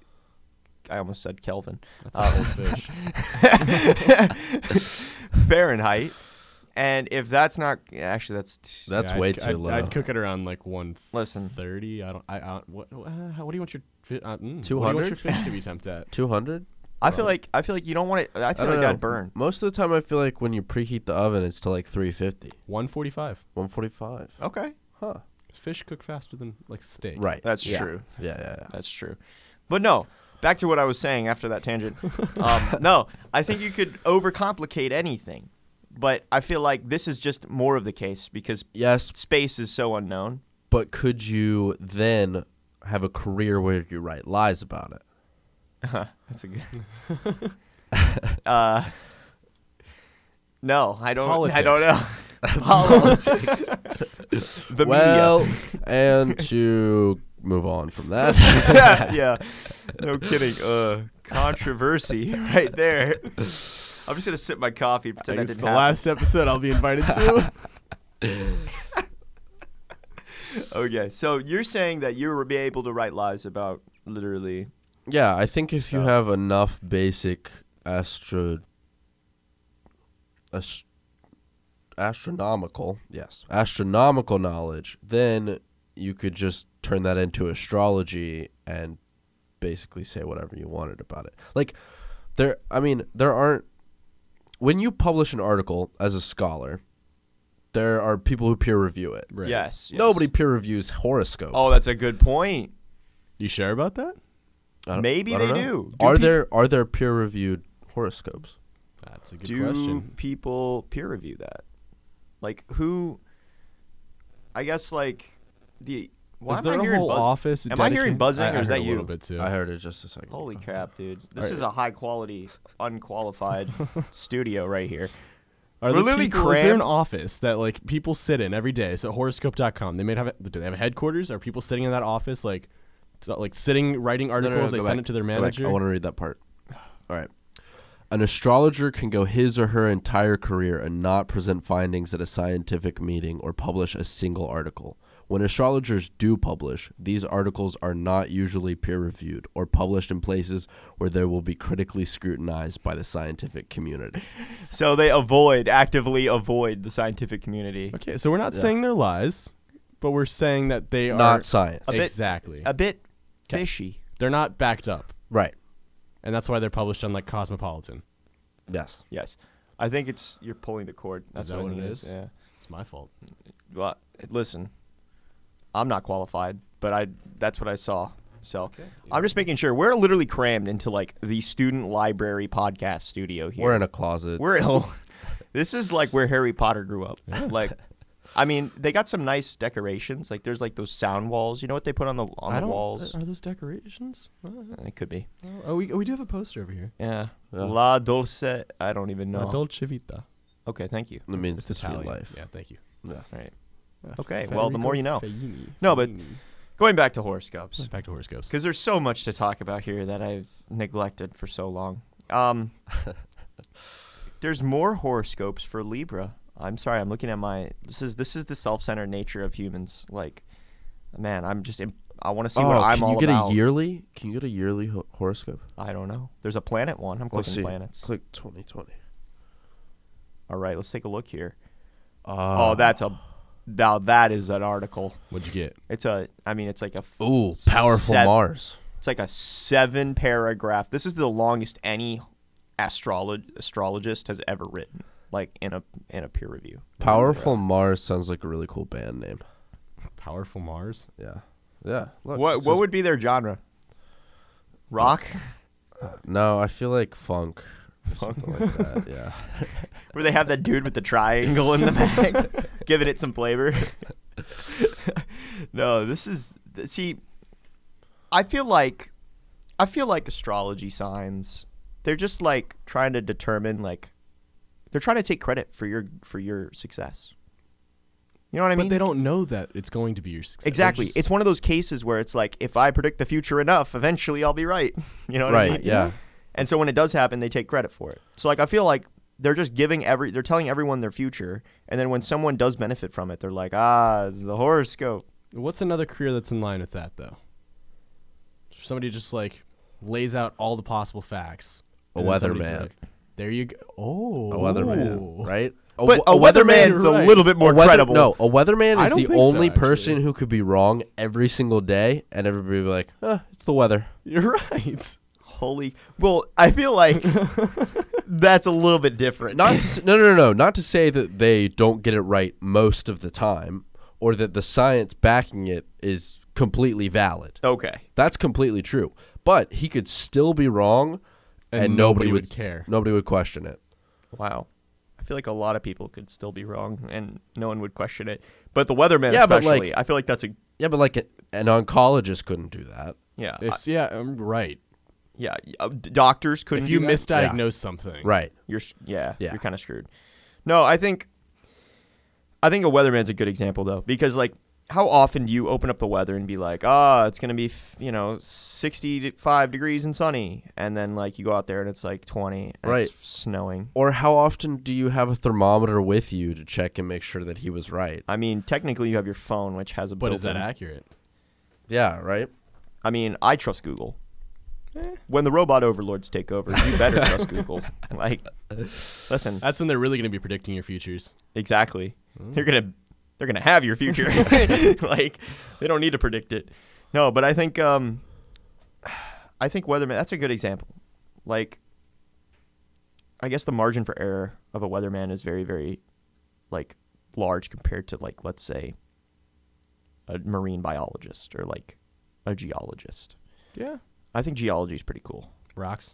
I almost said Kelvin.
That's a
Oh.
Uh,
whole fish.
Fahrenheit. And if that's not actually that's t-
That's
Yeah,
way
I'd,
too
I'd,
low.
I'd cook it around like one
listen.
thirty. I don't. I, I what? Uh, how- what do you want your fi- uh, mm, What do you want
200?
your fish to be temped at?
Two hundred.
I feel like I feel like you don't want to. I feel like that'd burn.
Most of the time, I feel like when you preheat the oven, it's to like 350,
One forty-five.
145.
Okay,
Huh.
Fish cook faster than like steak.
Right.
that's
yeah.
true.
Yeah, yeah, yeah.
That's true. But no, back to what I was saying after that tangent. Um, no, I think you could overcomplicate anything, but I feel like this is just more of the case because
Yes,
space is so unknown.
but could you then have a career where you write lies about it?
Uh-huh. That's a good. uh, no, I don't. I don't know. Politics. the
well, and to move on from that,
media. yeah. No kidding. Uh, controversy right there. I'm just gonna sip my coffee.
I
Pretend
think
that
it's
didn't
the
happen.
last episode I'll be invited to.
Okay, so you're saying that you would be able to write lies about literally.
yeah, I think if you
So-
have enough basic astro, ast- astronomical, yes, astronomical knowledge, then you could just turn that into astrology and basically say whatever you wanted about it. Like there I mean, there aren't when you publish an article as a scholar, there are people who peer review it.
Right.
Yes, yes.
Nobody peer reviews horoscopes.
Oh, that's a good point.
You sure about that?
I don't-
maybe
I don't
they
know.
do. Do
Are
peop-
there are there peer reviewed horoscopes?
That's a good
Do
question.
people peer review that? Like who? I guess like the. Why
is
am
there
I
a
hearing
whole
buzzing?
office?
Am I hearing
dedicated-
buzzing,
I- I
or is
heard
that
a
you?
little bit Uh-huh. too.
I heard it just a second.
Holy
ago.
crap, dude! This
Alright.
is a high quality, unqualified studio right here.
Are
We're
there
literally
people, is there an
crammed-
office that like people sit in every day? So horoscope.com. They may have do they have a headquarters? Are people sitting in that office like so, like sitting writing
No,
articles?
no, no,
they
go
send
back.
it to their
Go back.
manager.
I want to read that part. All right. An astrologer can go his or her entire career and not present findings at a scientific meeting or publish a single article. When astrologers do publish, these articles are not usually peer reviewed or published in places where they will be critically scrutinized by the scientific community.
So they avoid actively avoid the scientific community.
okay, so we're not saying they're lies, but we're saying that they
Not
are
science.
A bit-
exactly.
A bit fishy.
they're not backed up,
Right.
and that's why they're published on like Cosmopolitan.
Yes.
Yes, I think it's you're pulling the cord. That's
that
what
what
it
it
is.
is?
Yeah.
It's my fault.
Well, listen, I'm not qualified, but I that's what I saw. So I'm just making sure we're literally crammed into like the student library podcast studio here.
We're in a closet.
We're ill. this is like where Harry Potter grew up. Like, I mean, they got some nice decorations. Like, there's like those sound walls. You know what they put on the on
I
the
don't,
walls?
uh,
Eh,
Are those decorations?
it could be.
Oh, we, we do have a poster over here.
Yeah.
Yeah.
La Dulce. I don't even know.
No. Dolce Vita.
okay, thank you.
I mean, it's this real
Italian.
life.
Yeah, thank you.
Yeah.
All right. Okay, well, the more you know.
Federico Fellini.
No, but-
Fellini.
Going back to horoscopes.
back to horoscopes.
because there's so much to talk about here that I've neglected for so long. Um, there's more horoscopes for Libra. I'm sorry, I'm looking at my. This is this is the self-centered nature of humans. Like, man, I'm just. im- I want to see what
oh,
I'm
can
all
you get
about.
a yearly? Can you get a yearly ho- horoscope?
I don't know. There's a planet one. I'm
Let's
clicking
see.
planets.
Click 2020.
All right, let's take a look here.
Uh,
oh, that's a. Now that is an article.
What'd you get?
It's a. I mean, it's like a. f-
Ooh, powerful
Sev-
Mars.
It's like a seven paragraph. This is the longest any astrolog- astrologist has ever written, like in a in a peer review.
Powerful Mars sounds like a really cool band name.
Powerful Mars.
Yeah. Yeah.
what
Look, it
what
says-
would be their genre? Rock.
No, I feel like funk. or
Funk.
something like that. Yeah.
Where they have that dude with the triangle in the back, giving it some flavor. no, this is th- see. I feel like, I feel like astrology signs. They're just like trying to determine like, they're trying to take credit for your for your success. You know what I mean?
but they don't know that it's going to be your success. They're
Exactly.
just-
It's one of those cases where it's like, if I predict the future enough, eventually I'll be right. You know what I
Right,
mean?
yeah.
And so when it does happen, they take credit for it. So like, I feel like they're just giving every, they're telling everyone their future, and then when someone does benefit from it, they're like, ah, it's the horoscope.
What's another career that's in line with that though? Somebody just like lays out all the possible facts.
A
and then somebody's
weatherman.
like, there you go. Oh,
A weatherman, right? A,
But
wa-
a weatherman's
weatherman's
a
right.
little bit more
a weather-
credible.
No, a weatherman
I
is
don't
the
think so,
only
actually.
person who could be wrong every single day, and everybody would be like, "Huh, it's the weather."
You're right.
Holy. Well, I feel like that's a little bit different.
Not to, s- no, no, no, no. Not to say that they don't get it right most of the time, or that the science backing it is completely valid.
okay.
That's completely true. But he could still be wrong, and,
And
nobody,
nobody
would
would care.
Nobody would question it.
Wow. I feel like a lot of people could still be wrong, and no one would question it. But the weatherman,
Yeah, but,
especially,
like-
I feel like that's a
Yeah, but like a, an oncologist couldn't do that.
yeah. I-
If, yeah, I'm right.
Yeah, y- uh, d- doctors couldn't.
If you
do that.
misdiagnose something,
Right.
you're s- yeah,
Yeah.
you're kind of screwed. No, I think, I think a weatherman's a good example though, because like, how often do you open up the weather and be like, ah, it's gonna be f- you know sixty-five degrees and sunny, and then like you go out there and it's like twenty, and
Right.
it's f- snowing.
Or how often do you have a thermometer with you to check and make sure that he was right?
I mean, technically you have your phone, which has a.
But is that
built-in-
accurate?
Yeah, right?
I mean, I trust Google. When the robot overlords take over, you better trust Google. Like, listen,
That's when they're really going to be predicting your futures.
Exactly. They're gonna they're gonna have your future. like they don't need to predict it. No, but I think um I think weatherman that's a good example. Like I guess the margin for error of a weatherman is very, very like large compared to like let's say a marine biologist or like a geologist.
Yeah.
I think geology is pretty cool.
Rocks.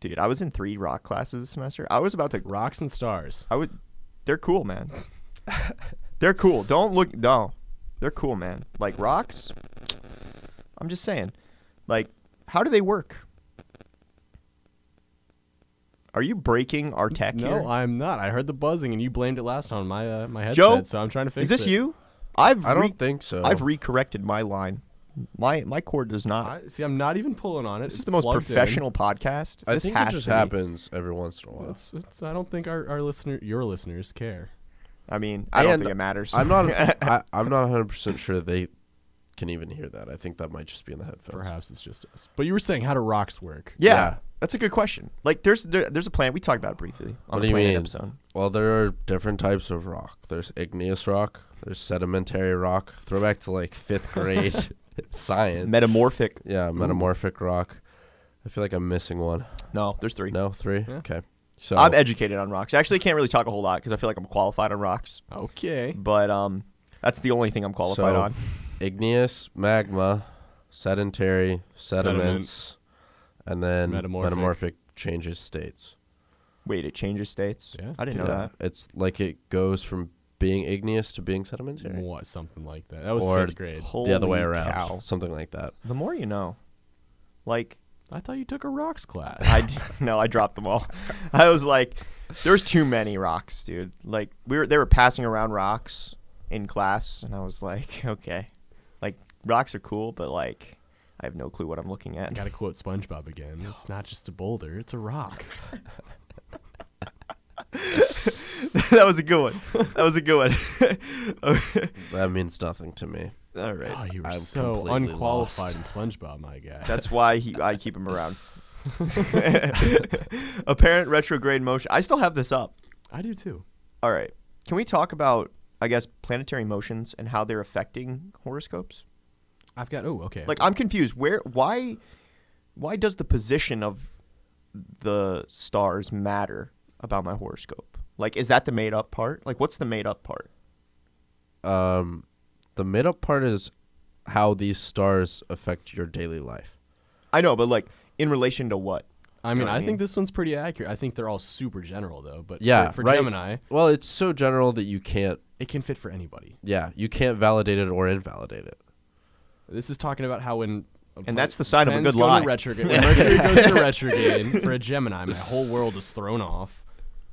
Dude, I was in three rock classes this semester. I was about to
Rocks and stars.
I would. They're cool, man. they're cool. Don't look. No, they're cool, man. Like rocks. I'm just saying. Like, how do they work? Are you breaking our tech here?
No, I'm not. I heard the buzzing, and you blamed it last on my uh, my headset.
Joe,
so I'm trying to fix.
Is this
it.
you? I've
I don't
re-
think so.
I've recorrected my line. My my cord does not.
I, see, I'm not even pulling on it.
this is
It's
the most
plugged in.
professional podcast.
I
this
think
has
it just
to be.
happens every once in a while.
It's, it's, I don't think our, our listener, your listeners, care.
I mean, I don't
And
think it matters.
I'm not. I, I'm not 100 percent sure they can even hear that. I think that might just be in the headphones.
Perhaps it's just us. But you were saying how do rocks work?
yeah,
Yeah.
that's a good question. Like, there's there, there's a planet. We talked about it briefly on
What
the
do you
planet
mean?
episode.
Well, there are different types of rock. There's igneous rock. There's sedimentary rock. Throwback to like fifth grade science.
Metamorphic.
yeah, metamorphic rock. I feel like I'm missing one.
No, there's three.
No, three.
Yeah.
Okay. So
I'm educated on rocks. I actually can't really talk a whole lot because I feel like I'm qualified on rocks,
Okay.
but um, that's the only thing I'm qualified
So-
on.
igneous, magma, sedentary, sediments, and then
Metamorphic.
metamorphic, changes states.
Wait, it changes states.
Yeah.
I didn't know that.
It's like it goes from being igneous to being sedimentary.
What? Something like that. That was
Or
fifth grade.
Holy
the other way around,
cow.
something like that.
The more you know. Like
I thought you took a rocks class.
I d- no, I dropped them all. I was like, there's too many rocks, dude. Like we were, they were passing around rocks in class, and I was like, okay, like rocks are cool, but like I have no clue what I'm looking
I
at.
gotta quote SpongeBob again. It's not just a boulder; it's a rock.
that was a good one. That was a good one.
That means nothing to me.
all right.
Oh, you were
I'm
so
completely
unqualified in SpongeBob, my guy.
That's why he, I keep him around. Apparent retrograde motion. I still have this up.
I do too.
All right. Can we talk about, I guess, planetary motions and how they're affecting horoscopes?
I've got. Oh, okay.
Like, I'm confused. Where, why, why does the position of the stars matter about my horoscope? Like, is that the made up part? Like, what's the made up part?
Um, the mid up part is how these stars affect your daily life.
I know, but like, in relation to what?
I
You know
mean,
what
I
I mean?
think this one's pretty accurate. I think they're all super general though, but
Yeah,
for, for
right.
Gemini,
Well, it's so general that you can't.
it can fit for anybody.
Yeah, you can't validate it or invalidate it.
This is talking about how when a pla-
that's the sign of a
planets
good
go to
lie.
retrograde- when Mercury goes to retrograde for a Gemini, my whole world is thrown off.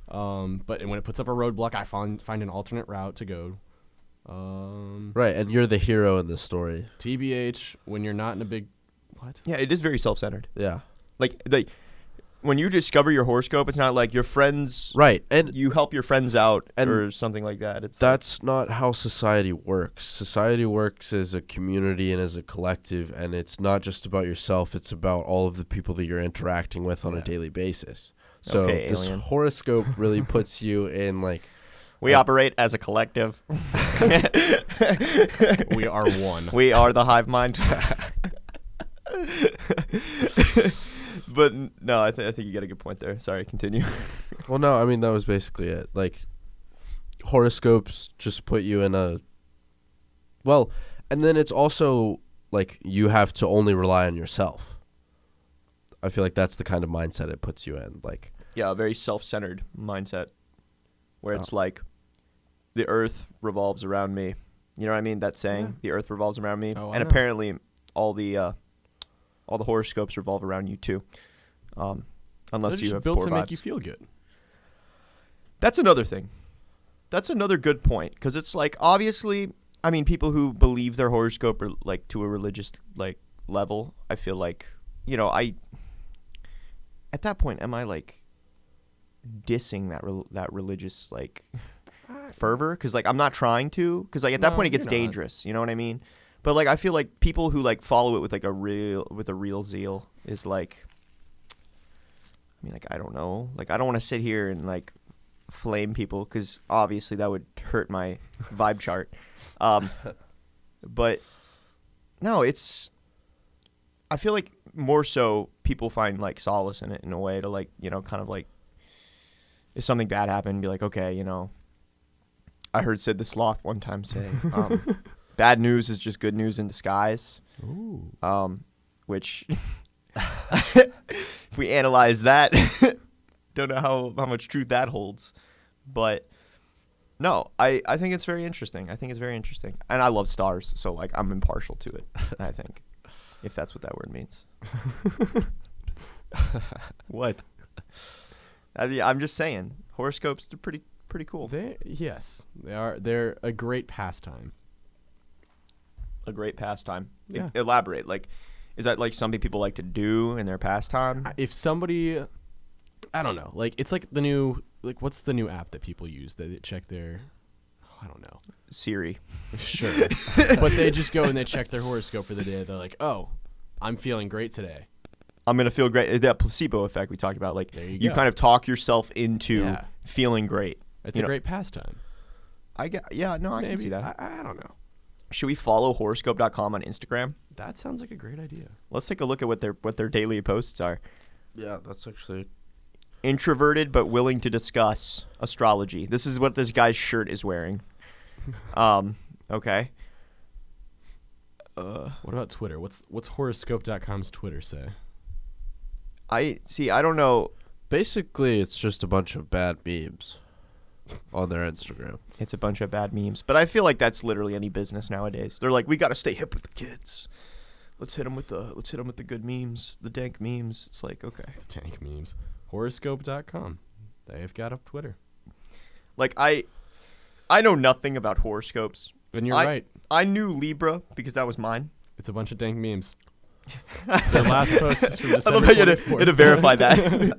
Um, but when it puts up a roadblock, I find find an alternate route to go. Um,
Right, and you're the hero in this story.
TBH, when you're not in a big what?
Yeah, it is very self-centered.
Yeah.
Like the when you discover your horoscope, it's not like your friends.
Right, and
You help your friends out
And
or something like that. It's like-
that's not how society works. Society works as a community and as a collective, and it's not just about yourself, it's about all of the people that you're interacting with on a
Yeah.
daily basis. So
Okay,
this
alien.
horoscope really puts you in like
we
uh,
operate as a collective.
We are one.
we are the hive mind. but n- no, I, th- I think you got a good point there. Sorry, continue.
well no, I mean that was basically it. Like horoscopes just put you in a well, and then it's also like you have to only rely on yourself. I feel like that's the kind of mindset it puts you in. Like
yeah, a very self-centered mindset where it's like the earth revolves around me. You know what I mean? That saying,
Yeah.
the earth revolves around me.
Oh, I
and
know.
apparently all the uh, all the horoscopes revolve around you too. Um,
They're
unless you
just
have
built
poor
to
vibes.
make you feel good.
That's another thing. That's another good point because it's like obviously, I mean, people who believe their horoscope are like to a religious like level. I feel like you know, I at that point am I like dissing that rel- that religious like fervor because like I'm not trying to because like at that
No,
point it
you're
gets
not.
dangerous. You know what I mean? But like I feel like people who like follow it with like a real with a real zeal is like. I mean, like I don't know. Like I don't want to sit here and like flame people because obviously that would hurt my vibe chart. Um, but no, it's. I feel like more so people find like solace in it in a way to like you know kind of like if something bad happened, be like okay you know. I heard Sid the Sloth one time say, um, "Bad news is just good news in disguise."
Ooh.
um, which if we analyze that, don't know how, how much truth that holds. But no, I, I think it's very interesting. I think it's very interesting. And I love stars, so like I'm impartial to it, I think. If that's what that word means. what? I mean, I'm just saying, horoscopes they're pretty pretty cool.
They yes, they are. They're a great pastime.
A great pastime. E-
Yeah.
elaborate. Like is that like something people like to do in their pastime?
I- if somebody I don't know, like it's like the new like what's the new app that people use that they check their I don't know.
Siri.
Sure. but they just go and they check their horoscope for the day. They're like, "Oh, I'm feeling great today."
I'm gonna feel great. That placebo effect we talked about, like
There you go.
kind of talk yourself into
Yeah.
feeling great.
It's
You
a
know,
great pastime.
I get, yeah, no, I
Maybe.
can see that.
I, I don't know.
Should we follow horoscope.com on Instagram?
That sounds like a great idea.
Let's take a look at what their what their daily posts are.
Yeah, that's actually
Introverted but willing to discuss astrology. This is what this guy's shirt is wearing. Um, okay. Uh,
What about Twitter? What's what's horoscope.com's Twitter say?
I see. I don't know.
basically it's just a bunch of bad memes on their Instagram.
It's a bunch of bad memes, but I feel like that's literally any business nowadays. They're like, we got to stay hip with the kids. Let's hit them with the let's hit 'em with the good memes, the dank memes. It's like okay,
The tank memes. horoscope.com. They've got a Twitter.
like I, I know nothing about horoscopes.
And you're
I-
right.
I knew Libra because that was mine.
It's a bunch of dank memes. Their last post is from
I love
December
how you had
24th.
to, had to verify that.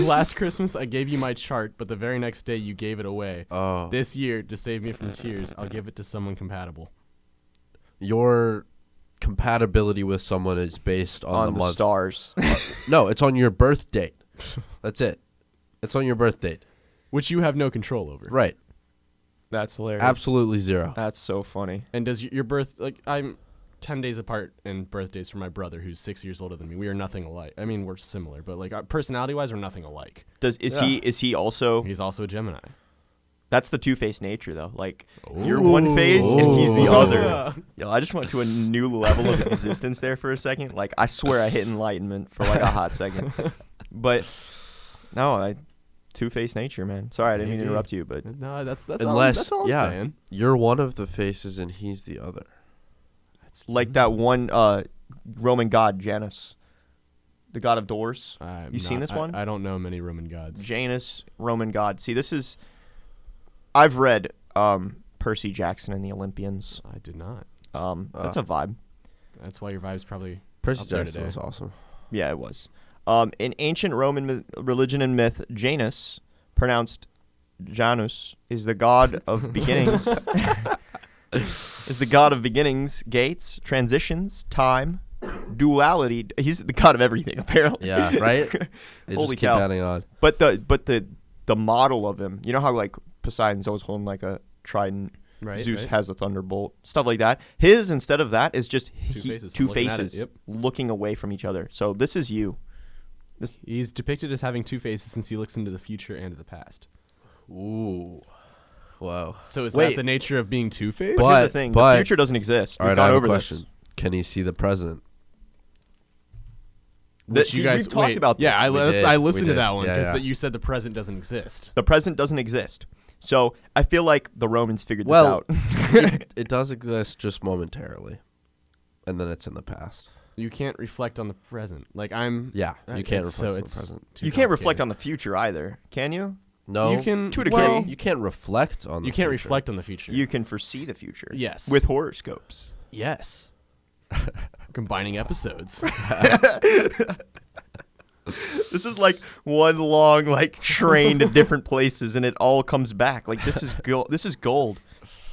Last Christmas, I gave you my chart, but the very next day, you gave it away.
Oh,
This year, to save me from tears, I'll give it to someone compatible.
your compatibility with someone is based on,
on the,
month.
stars.
No, it's on your birth date. That's it. It's on your birth date.
Which you have no control over.
Right.
That's hilarious.
Absolutely zero.
That's so funny.
And does y- your birth, like, I'm 10 days apart in birthdays from my brother, who's six years older than me. We are nothing alike. I mean, we're similar, uh, but, like, personality wise, we're nothing alike.
Does is
Yeah.
he is he also?
He's also a Gemini.
That's the two faced nature, though. Like you're one phase and he's the
Ooh.
other. Yo, I just went to a new level of existence there for a second. Like I swear, I hit enlightenment for like a hot second. But no, I two faced nature, man. Sorry, I didn't mean to
Maybe.
interrupt you, but
No, that's that's
Unless-
all, that's all I'm
yeah.
saying.
You're one of the faces and he's the other.
like that one uh, Roman god Janus, the god of doors.
I'm
You seen
not-
this
I-
one?
I, don't know many Roman gods.
Janus, Roman god. See, this is I've read um, Percy Jackson and the Olympians.
I did not.
Um, that's
Ah.
Uh.
a vibe.
That's why your vibes probably.
Percy
Up there
Jackson
today.
was awesome.
Yeah, it was. Um, in ancient Roman myth, religion and myth, Janus, pronounced Janus, is the god of beginnings. is the god of beginnings, gates, transitions, time, duality. He's the god of everything, apparently.
Yeah, right? They
Holy
just keep
cow.
adding on.
But the but the the model of him, you know how like Poseidon's always holding like a trident.
Right,
Zeus
right.
has a thunderbolt, stuff like that. His instead of that is just he- two faces,
faces looking at it, yep.
looking away from each other. So this is you.
He's depicted as having two faces since he looks into the future and the past.
Ooh. Wow.
So is
Wait.
that the nature of being two faced?
But, here's
But-
the thing:
but-
the future doesn't exist.
All
We've
right, I
gone
have
over
a
this.
question. Can he see the present?
That- see, we've talked about this.
Yeah, I,
We
that's-
did,
I
we
listened to
did.
that one
Yeah,
because
yeah.
you said the present doesn't exist.
The present doesn't exist. So I feel like the Romans figured this
Well-
out.
it, it does exist just momentarily, and then it's in the past.
You can't reflect on the present. Like I'm.
Yeah,
I-
you can't
it's-
reflect
so
on the
it's
present.
too
you can't reflect
complicated.
on the future either, can you?
No,
You can
To a degree.
well,
You can't reflect on. The
you can't
future.
reflect on the future.
You can foresee the future.
Yes.
With horoscopes.
yes. Combining episodes.
This is like one long like train to different places, and it all comes back. Like this is gold. This is gold.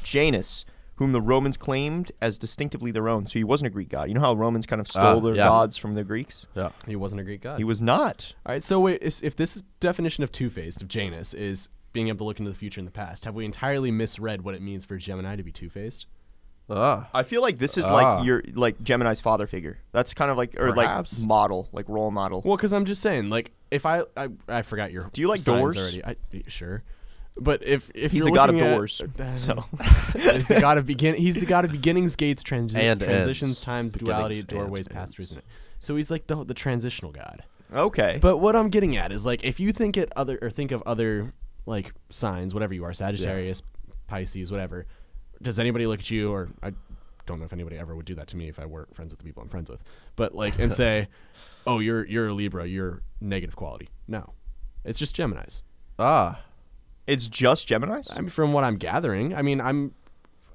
Janus, whom the Romans claimed as distinctively their own, so he wasn't a Greek god. You know how Romans kind of stole
Ah,
their
yeah.
gods from the Greeks.
Yeah.
he wasn't a Greek god.
He was not.
All right, so wait, is, if this definition of two-faced of Janus is being able to look into the future and the past, have we entirely misread what it means for Gemini to be two-faced?
Ah,
I feel like this is
Ah.
like your like Gemini's father figure. That's kind of like or
Perhaps.
like model, like role model.
Well, because I'm just saying, like, if I, I I forgot your.
Do you like
signs
doors?
Already, I, y- sure. But if if
He's
you're
the god of
looking at-
doors. so
he's the god of begin. He's the god of beginnings, gates, transi-
And
transitions,
ends.
times,
Beginnings
duality,
and
doorways,
ends.
paths, reason. So he's like the the transitional god.
okay,
But what I'm getting at is like if you think at other or think of other like signs, whatever you are, Sagittarius, Pisces, whatever. Does anybody look at you or I don't know if anybody ever would do that to me if I weren't friends with the people I'm friends with. But like and say, "Oh, you're you're a Libra, you're negative quality." No. It's just Gemini's.
ah.
it's just Gemini's.
I mean from what I'm gathering, I mean I'm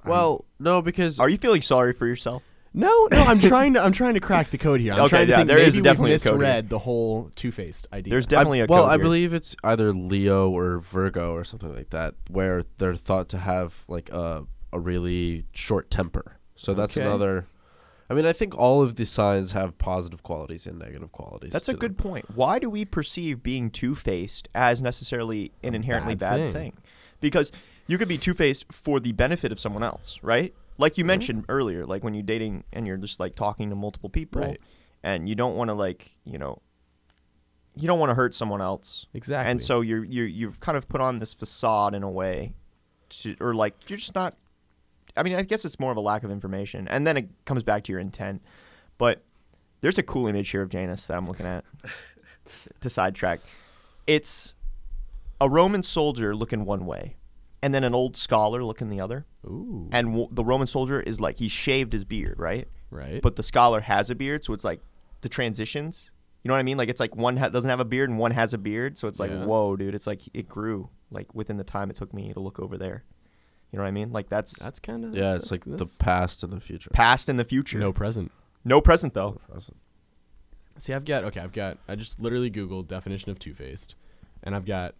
Well, no, because
Are you feeling sorry for yourself?
no, no. I'm trying to. I'm trying to crack the code here. I'm
Okay,
trying to
yeah,
think
there
maybe
is definitely
we
a code here.
misread the whole two-faced idea.
There's
I-
definitely a
well,
code
I
here.
believe it's either Leo or Virgo or something like that, where they're thought to have like a a really short temper. So that's
Okay.
another. I mean, I think all of the signs have positive qualities and negative qualities.
That's a
to them.
good point. Why do we perceive being two faced as necessarily an inherently bad,
bad
thing?
thing.
Because you could be two faced for the benefit of someone else, right? Like you mentioned earlier, like when you're dating and you're just like talking to multiple people
Right.
and you don't want to like, you know, you don't want to hurt someone else.
Exactly.
And so you're you're you've kind of put on this facade in a way to or like you're just not I mean, I guess it's more of a lack of information. And then it comes back to your intent. But there's a cool image here of Janus that I'm looking at to sidetrack. It's a Roman soldier looking one way and then an old scholar looking the other.
Ooh.
And w- the Roman soldier is like, he shaved his beard, right?
Right.
But the scholar has a beard. So it's like the transitions. You know what I mean? Like it's like one ha- doesn't have a beard and one has a beard. So it's like,
Yeah.
whoa, dude. It's like it grew like within the time it took me to look over there. You know what I mean? Like that's,
that's kind of
Yeah, it's like the past and the future.
past and the future.
no present.
No present though.
Present.
See, I've got okay. I've got. I just literally googled definition of two faced, and I've got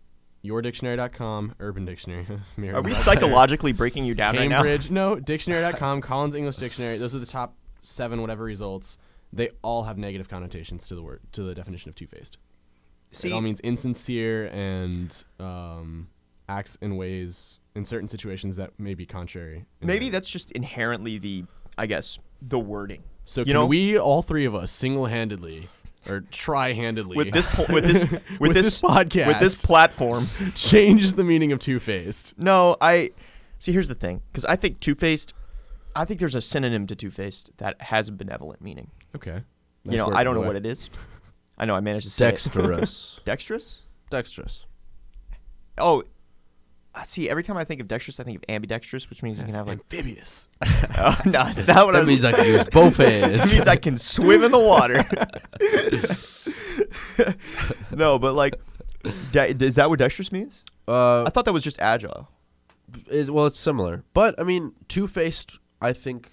yourdictionary.com, Urban Dictionary. Merriam
Are we
Webster,
psychologically breaking you down right now?
Cambridge? No, dictionary.com, Collins English Dictionary. Those are the top seven whatever results. They all have negative connotations to the word to the definition of two faced.
See,
it all means insincere and um, acts in ways in certain situations that may be contrary. in
maybe
their-
that's just inherently the, I guess, the wording.
So
you
can
know-
we all three of us single handedly or try-handedly
with this pol- with this with,
With
this,
this podcast.
with this platform.
change the meaning of two-faced.
No, I see. Here's the thing, because I think two faced. I think there's a synonym to two faced that has a benevolent meaning.
Okay.
you
Nice
know,
work,
I don't know
boy.
what it is. I know I managed to say it.
Dexterous.
dexterous.
Dexterous.
Oh, I see. Every time I think of dexterous, I think of ambidextrous, which means you can have like.
Amphibious.
oh no, it's not what I was-
That means I can use both
That
hands.
means I can swim in the water. no, but like, de- is that what dexterous means?
uh,
I thought that was just agile.
it, well, it's similar, but I mean, Two Faced, I think,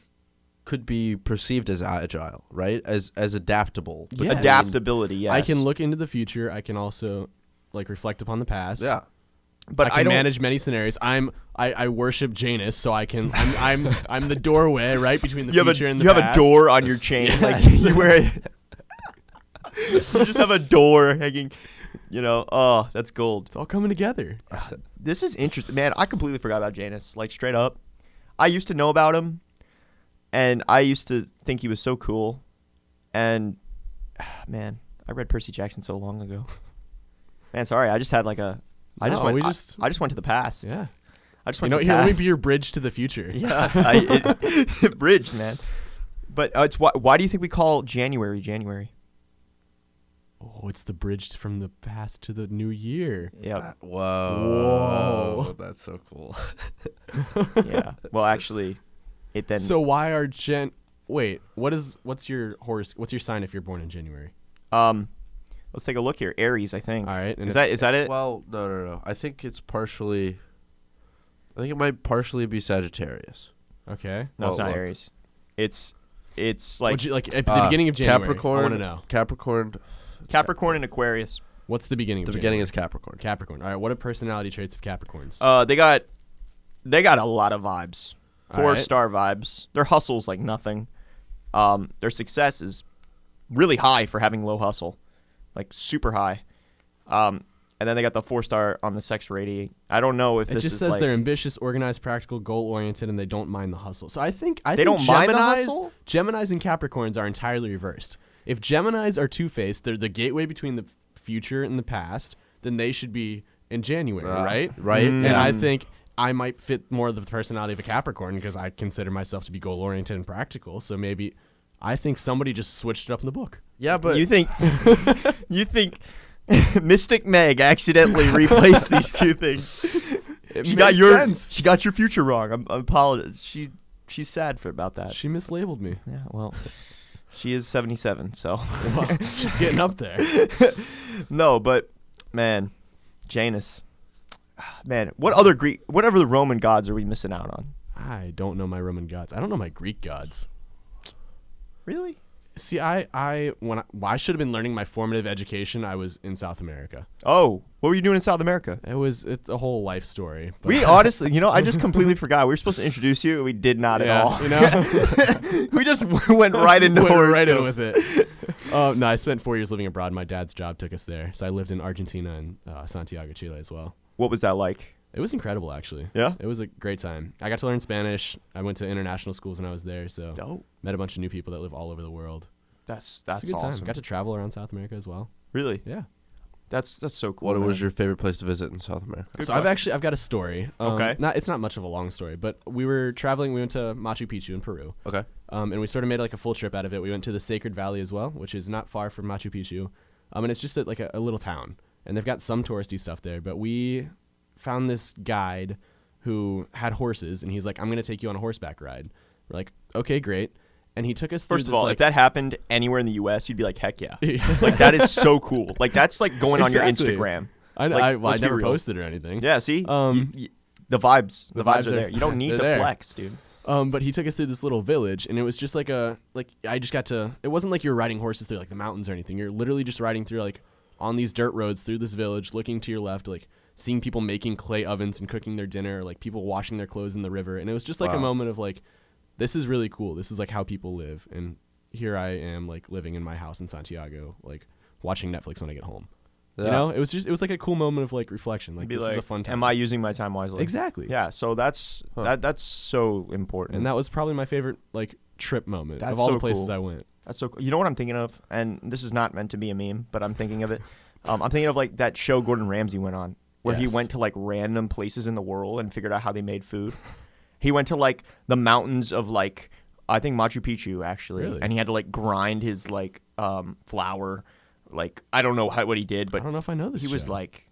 could be perceived as agile, right? As as adaptable. but
Yes.
then-
Adaptability. Yes.
I can look into the future. I can also like reflect upon the past.
Yeah.
but
I can manage many scenarios. I'm I, I worship Janus, so I can I'm I'm, I'm the doorway right between the
you have a
future and the
you have
past.
a door on your chain. Like you wear it. you just have a door hanging. You know, oh, that's gold.
It's all coming together.
Ah, This is interesting, man. I completely forgot about Janus. Like straight up, I used to know about him, and I used to think he was so cool. And ah, man, I read Percy Jackson so long ago. Man, sorry, I just had like a. I just
No,
went.
we
I-
just-
I, just went to the past.
Yeah.
I just
You
went
know,
to the
here, let me
past.
be your bridge to the future.
yeah, I, it, it bridged, man. But uh, it's why. Why do you think we call January January?
Oh, it's the bridge from the past to the new year.
Yeah,
Whoa. That's so cool.
yeah. Well, actually, it then.
so why are Gen? Wait, what is what's your horse? What's your sign if you're born in January?
um, let's take a look here. Aries, I think.
All right, and
Is
it's-
that is that it?
Well, no, no, no. I think it's partially. I think it might partially be Sagittarius.
Okay.
no, it's
well,
not
look.
Aries. It's it's like
What'd you- like at the
Uh,
beginning of January.
Capricorn.
I want to know
Capricorn.
Capricorn and Aquarius.
what's the beginning.
The
of
beginning
January?
is Capricorn.
Capricorn. All right. What are personality traits of Capricorns?
Uh, they got they got a lot of vibes.
All
Four
right.
star vibes. Their hustle's like nothing. Um, their success is really high for having low hustle, like super high. Um, and then they got the four star on the sex rating. I don't know if
It
this
just
is
says
like,
they're ambitious, organized, practical, goal oriented, and they don't mind the hustle. So I think I
They
think
don't
Geminis,
mind the hustle?
Geminis and Capricorns are entirely reversed. If Geminis are two faced, they're the gateway between the f- future and the past. Then they should be in January,
Uh,
right?
right,
And
yeah.
I think I might fit more of the personality of a Capricorn because I consider myself to be goal oriented and practical. So maybe I think somebody just switched it up in the book.
Yeah, but
you think you think Mystic Meg accidentally replaced these two things.
It
She got
makes
your
sense.
she got your future wrong. I'm, I apologize. She she's sad for about that.
She mislabeled me.
Yeah, well, she is 77, so.
Wow, she's getting up there.
no, but man, Janus. Ah, Man, what other Greek, what other Roman gods are we missing out on?
I don't know my Roman gods. I don't know my Greek gods.
Really?
See, I, I when I, well, I should have been learning my formative education, I was in South America.
Oh, what were you doing in South America?
It was it's a whole life story. but-
We honestly, you know, I just completely forgot. We were supposed to introduce you, and we did not
Yeah,
at all.
you know,
we just went right into
Went right in
horoscopes.
with it. Oh no, I spent four years living abroad. My dad's job took us there, so I lived in Argentina and uh, Santiago, Chile as well.
What was that like?
It was incredible, actually.
Yeah?
it was a great time. I got to learn Spanish. I went to international schools when I was there, so
Dope.
met a bunch of new people that live all over the world.
That's
It's
that's
a good
awesome.
time. Got to travel around South America as well.
really?
Yeah.
That's that's so cool.
what
man.
was your favorite place to visit in South America?
Good
so I've
question.
actually I've got a story. Um,
Okay.
Not it's not much of a long story, but we were traveling. We went to Machu Picchu in Peru,
Okay.
um, and we sort of made like a full trip out of it. We went to the Sacred Valley as well, which is not far from Machu Picchu, um, and it's just a, like a, a little town, and they've got some touristy stuff there. But we found this guide who had horses, and he's like, "I'm gonna take you on a horseback ride." We're like, "Okay, great," and he took us.
First
through
of
this,
all,
like,
if that happened anywhere in the U.S., you'd be like, heck yeah.
Yeah.
like that is so cool. Like that's like going
Exactly.
on your Instagram.
I, know
like,
I, well, I
let's be
never
real.
posted or anything.
Yeah, see,
Um,
Y- y- the vibes, the,
the
vibes,
vibes
are
are-
there. You don't need
they're
to
there.
flex, dude.
Um, but he took us through this little village, and it was just like a like I just got to. It wasn't like you're riding horses through like the mountains or anything. You're literally just riding through like on these dirt roads through this village, looking to your left, like seeing people making clay ovens and cooking their dinner, like people washing their clothes in the river, and it was just like a
Wow.
moment of like, this is really cool. This is like how people live, and here I am like living in my house in Santiago, like watching Netflix when I get home. You
Yeah.
know, it was just it was like a cool moment of like reflection. Like
Be
this
like,
is a fun time.
am I using my time wisely?
exactly?
Yeah. So that's
Huh.
that. That's so important.
and that was probably my favorite like trip moment
That's
of all
so
the places
cool.
I went.
That's so. Cool. You know what I'm thinking of, and this is not meant to be a meme, but I'm thinking of it. Um, I'm thinking of like that show Gordon Ramsay went on, where
Yes.
he went to like random places in the world and figured out how they made food. He went to like the mountains of like I think Machu Picchu actually,
Really?
and he had to like grind his like um, flour. Like I don't know how, what he did,
I
but
don't know if I know this.
he was
show.
like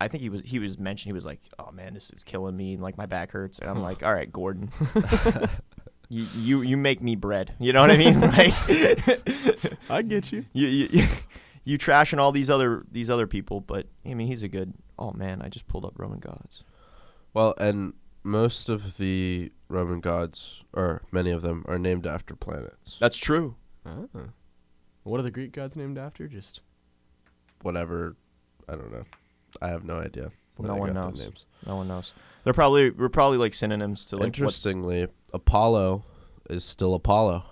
I think he was he was mentioned he was like, Oh man, this is killing me and like my back hurts and I'm like, All right, Gordon. you, you you make me bread. You know what I mean? Like
I get you.
you you you trashing all these other these other people, but I mean he's a good oh man, I just pulled up Roman gods.
Well, and most of the Roman gods, or many of them, are named after planets.
That's true.
Ah. What are the Greek gods named after? Just
Whatever, I don't know. I have no idea. where
No
they
one
got their
knows.
names.
No one knows. They're probably we're probably like synonyms to like what
Interestingly, Apollo is still Apollo.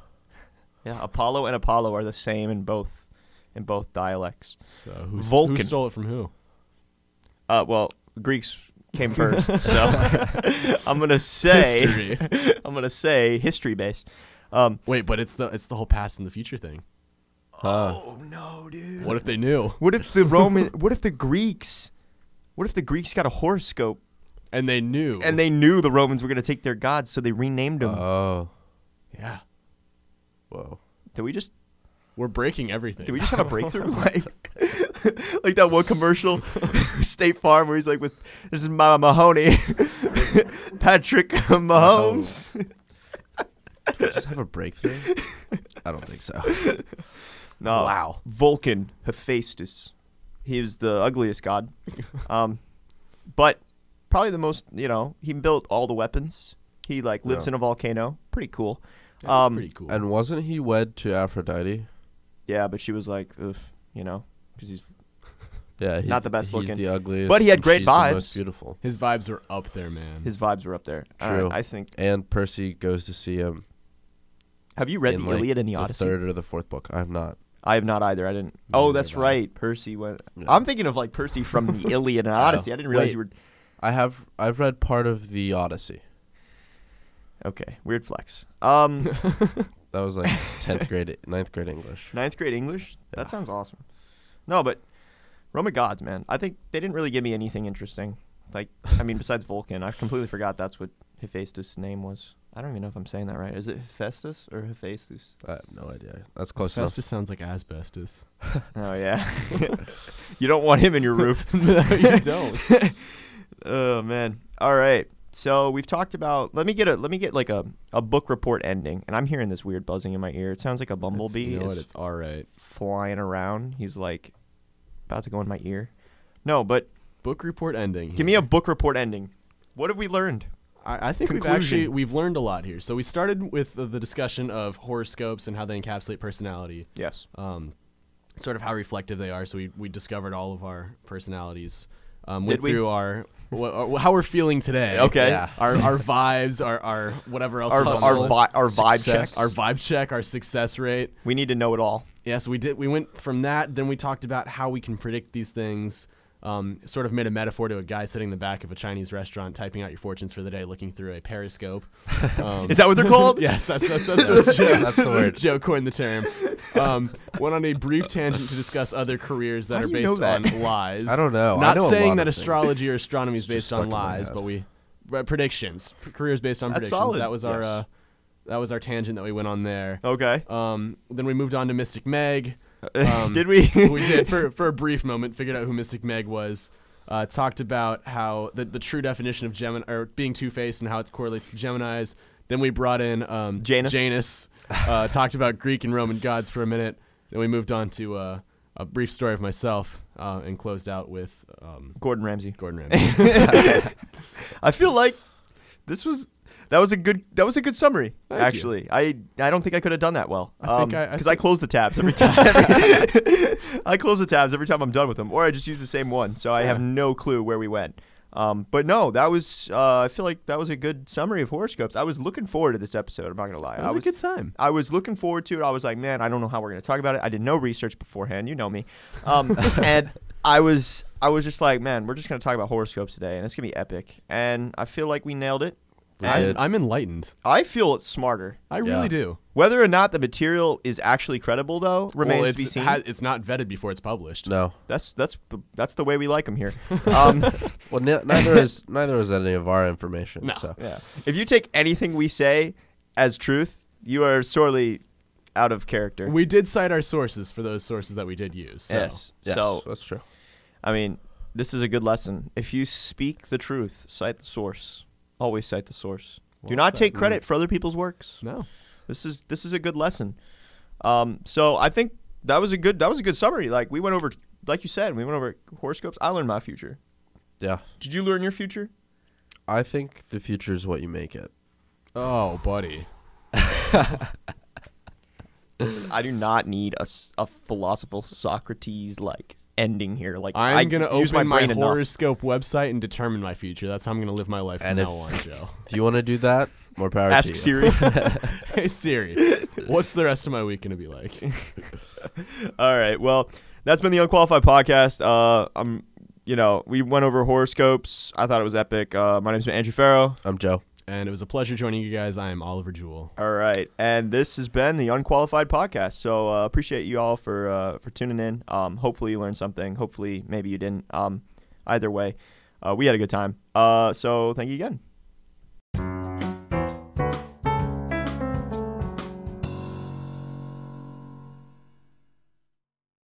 yeah, Apollo and Apollo are the same in both in both dialects.
so who, s- who
Vulcan.
stole it from who?
Uh well, Greeks came first, so I'm gonna say
History.
I'm gonna say history based. Um,
Wait, but it's the it's the whole past and the future thing.
Huh.
oh no, dude!
What if they knew
What if the Roman? what if the Greeks? What if the Greeks got a horoscope
and they knew
and they knew the Romans were gonna take their gods, so they renamed
Uh,
them?
Oh,
yeah.
whoa.
did we just?
We're breaking everything.
Did we just have a breakthrough? like, like that one commercial, State Farm, where he's like, "With this is Mama Mahoney, Patrick Mahomes."
Did we just have a breakthrough? I don't think so.
No.
Wow.
Vulcan, Hephaestus. He was the ugliest god. Um, but probably the most, you know, he built all the weapons. He like lives
Yeah.
in a volcano. Pretty cool.
That's
Um,
pretty cool.
And wasn't he wed to Aphrodite?
Yeah, but she was like, Ugh, you know, because he's
Yeah, he's
Not the best
he's
looking.
the ugliest,
But he had
and
great
she's the most
vibes.
beautiful.
His vibes are up there, man.
his vibes were up there. All right,
True.
I think.
And Percy goes to see him.
Have you read
in,
the
like,
Iliad and the, Odyssey?
third or the fourth book. I have not.
I have not either. I didn't.
Neither
Oh,
have
that's
I.
right. Percy went.
Yeah. Oh.
I'm thinking of like Percy from the Iliad and Odyssey. I didn't realize
Wait.
you were.
I have. I've read part of the Odyssey.
Okay, weird flex. Um,
That was like tenth grade, ninth grade English.
Ninth grade English?
Yeah.
That sounds awesome. No, but Roman gods, man. I think they didn't really give me anything interesting. Like, I mean, besides Vulcan, I completely forgot that's what Hephaestus' name was. I don't even know if I'm saying that right. Is it Hephaestus or Hephaestus?
I have no idea. That's close
That
enough.
just sounds like asbestos.
Oh yeah, you don't want him in your roof.
no, you don't.
oh man. All right. So we've talked about. Let me get a. Let me get like a, a book report ending. And I'm hearing this weird buzzing in my ear. It sounds like a bumblebee
It's, you know
is
what? It's all right.
flying around. He's like about to go in my ear. No, but
Book report ending.
Give me a book report ending. What have we learned?
I, I think we've
Conclusion.
actually we've learned a lot here. So we started with the, the discussion of horoscopes and how they encapsulate personality,
Yes.
um, sort of how reflective they are. So we, we discovered all of our personalities. Um,
Did
went
we?
through our, wha- our how we're feeling today.
Okay.
Yeah.
Our our vibes, our our whatever else.
Our,
is on
our,
the list.
vi- our vibe
Success.
check.
our vibe check, our success rate.
we need to know it all.
Yeah, so we did. We went from that. Then we talked about how we can predict these things. Um, sort of made a metaphor to a guy sitting in the back of a Chinese restaurant, typing out your fortunes for the day, looking through a periscope. Um,
Is that what they're called?
yes, that's that's, that's, that's Joe,
that's the word.
Joe coined the term. Um, went on a brief tangent to discuss other careers that
How
are
do you know
based
that?
on lies.
I don't know. I
Not
know a lot
saying that
of things.
astrology or astronomy is
It's just
based on
stuck in my
lies,
head.
but we but predictions, careers based on
That's
predictions.
solid.
That was our
Yes.
uh, that was our tangent that we went on there.
Okay.
Um, then we moved on to Mystic Meg. Um,
Did we?
we did for, for a brief moment. Figured out who Mystic Meg was. Uh, talked about how the, the true definition of Gemini or being two faced and how it correlates to Gemini's. Then we brought in um,
Janus.
Janus. Uh, talked about Greek and Roman gods for a minute. Then we moved on to uh, a brief story of myself uh, and closed out with um,
Gordon Ramsay.
Gordon Ramsay.
I feel like this was that was a good that was a good summary.
Thank you.
actually, I I don't think I could have done that well.
I think I- I
because I,
think-
close the tabs every time. I close the tabs every time I'm done with them, or I just use the same one, so I have
Yeah.
no clue where we went. Um, but no, that was uh, I feel like that was a good summary of horoscopes. I was looking forward to this episode. I'm not gonna lie.
It
I
was a good time.
I was looking forward to it. I was like, man, I don't know how we're gonna talk about it. I did no research beforehand. You know me, um, and I was I was just like, man, we're just gonna talk about horoscopes today, and it's gonna be epic. And I feel like we nailed it.
We
I'm,
did.
I'm enlightened.
I feel it's smarter.
I
Yeah.
really do.
Whether or not the material is actually credible, though, remains
well,
to be
it's,
seen.
ha- it's not vetted before it's published.
no.
that's that's the, that's the way we like them here. Um,
Well, ne- neither is neither is any of our information.
No.
So
yeah. If you take anything we say as truth, you are sorely out of character.
We did cite our sources for those sources that we did use. So.
yes.
yes,
So
that's true.
I mean, this is a good lesson. If you speak the truth, cite the source. Always cite the source. Do
Well
not
said. Mm-hmm.
take credit for other people's works.
No.
This is this is a good lesson. Um, so I think that was a good that was a good summary. Like we went over, like you said, we went over horoscopes. I learned my future.
Yeah,
Did you learn your future?
I think the future is what you make it.
Oh, buddy.
Listen, I do not need a, s- a philosophical Socrates like ending here. Like
I'm
I
gonna
use
open
my,
my,
brain enough.
horoscope website and determine my future. That's how I'm gonna live my life from
And
now on,
if-
Joe.
If you want to do that, more power
Ask
to you.
Siri.
hey Siri, what's the rest of my week gonna be like?
All right. Well, that's been the Unqualified Podcast. Uh, I'm, you know, we went over horoscopes. I thought it was epic. Uh, my name's been Andrew Farrow.
I'm Joe.
And it was a pleasure joining you guys. I am Oliver Jewell.
All right, and this has been the Unqualified Podcast. So uh, appreciate you all for uh, for tuning in. Um, hopefully you learned something. Hopefully maybe you didn't. Um, either way, uh, we had a good time. Uh, so thank you again.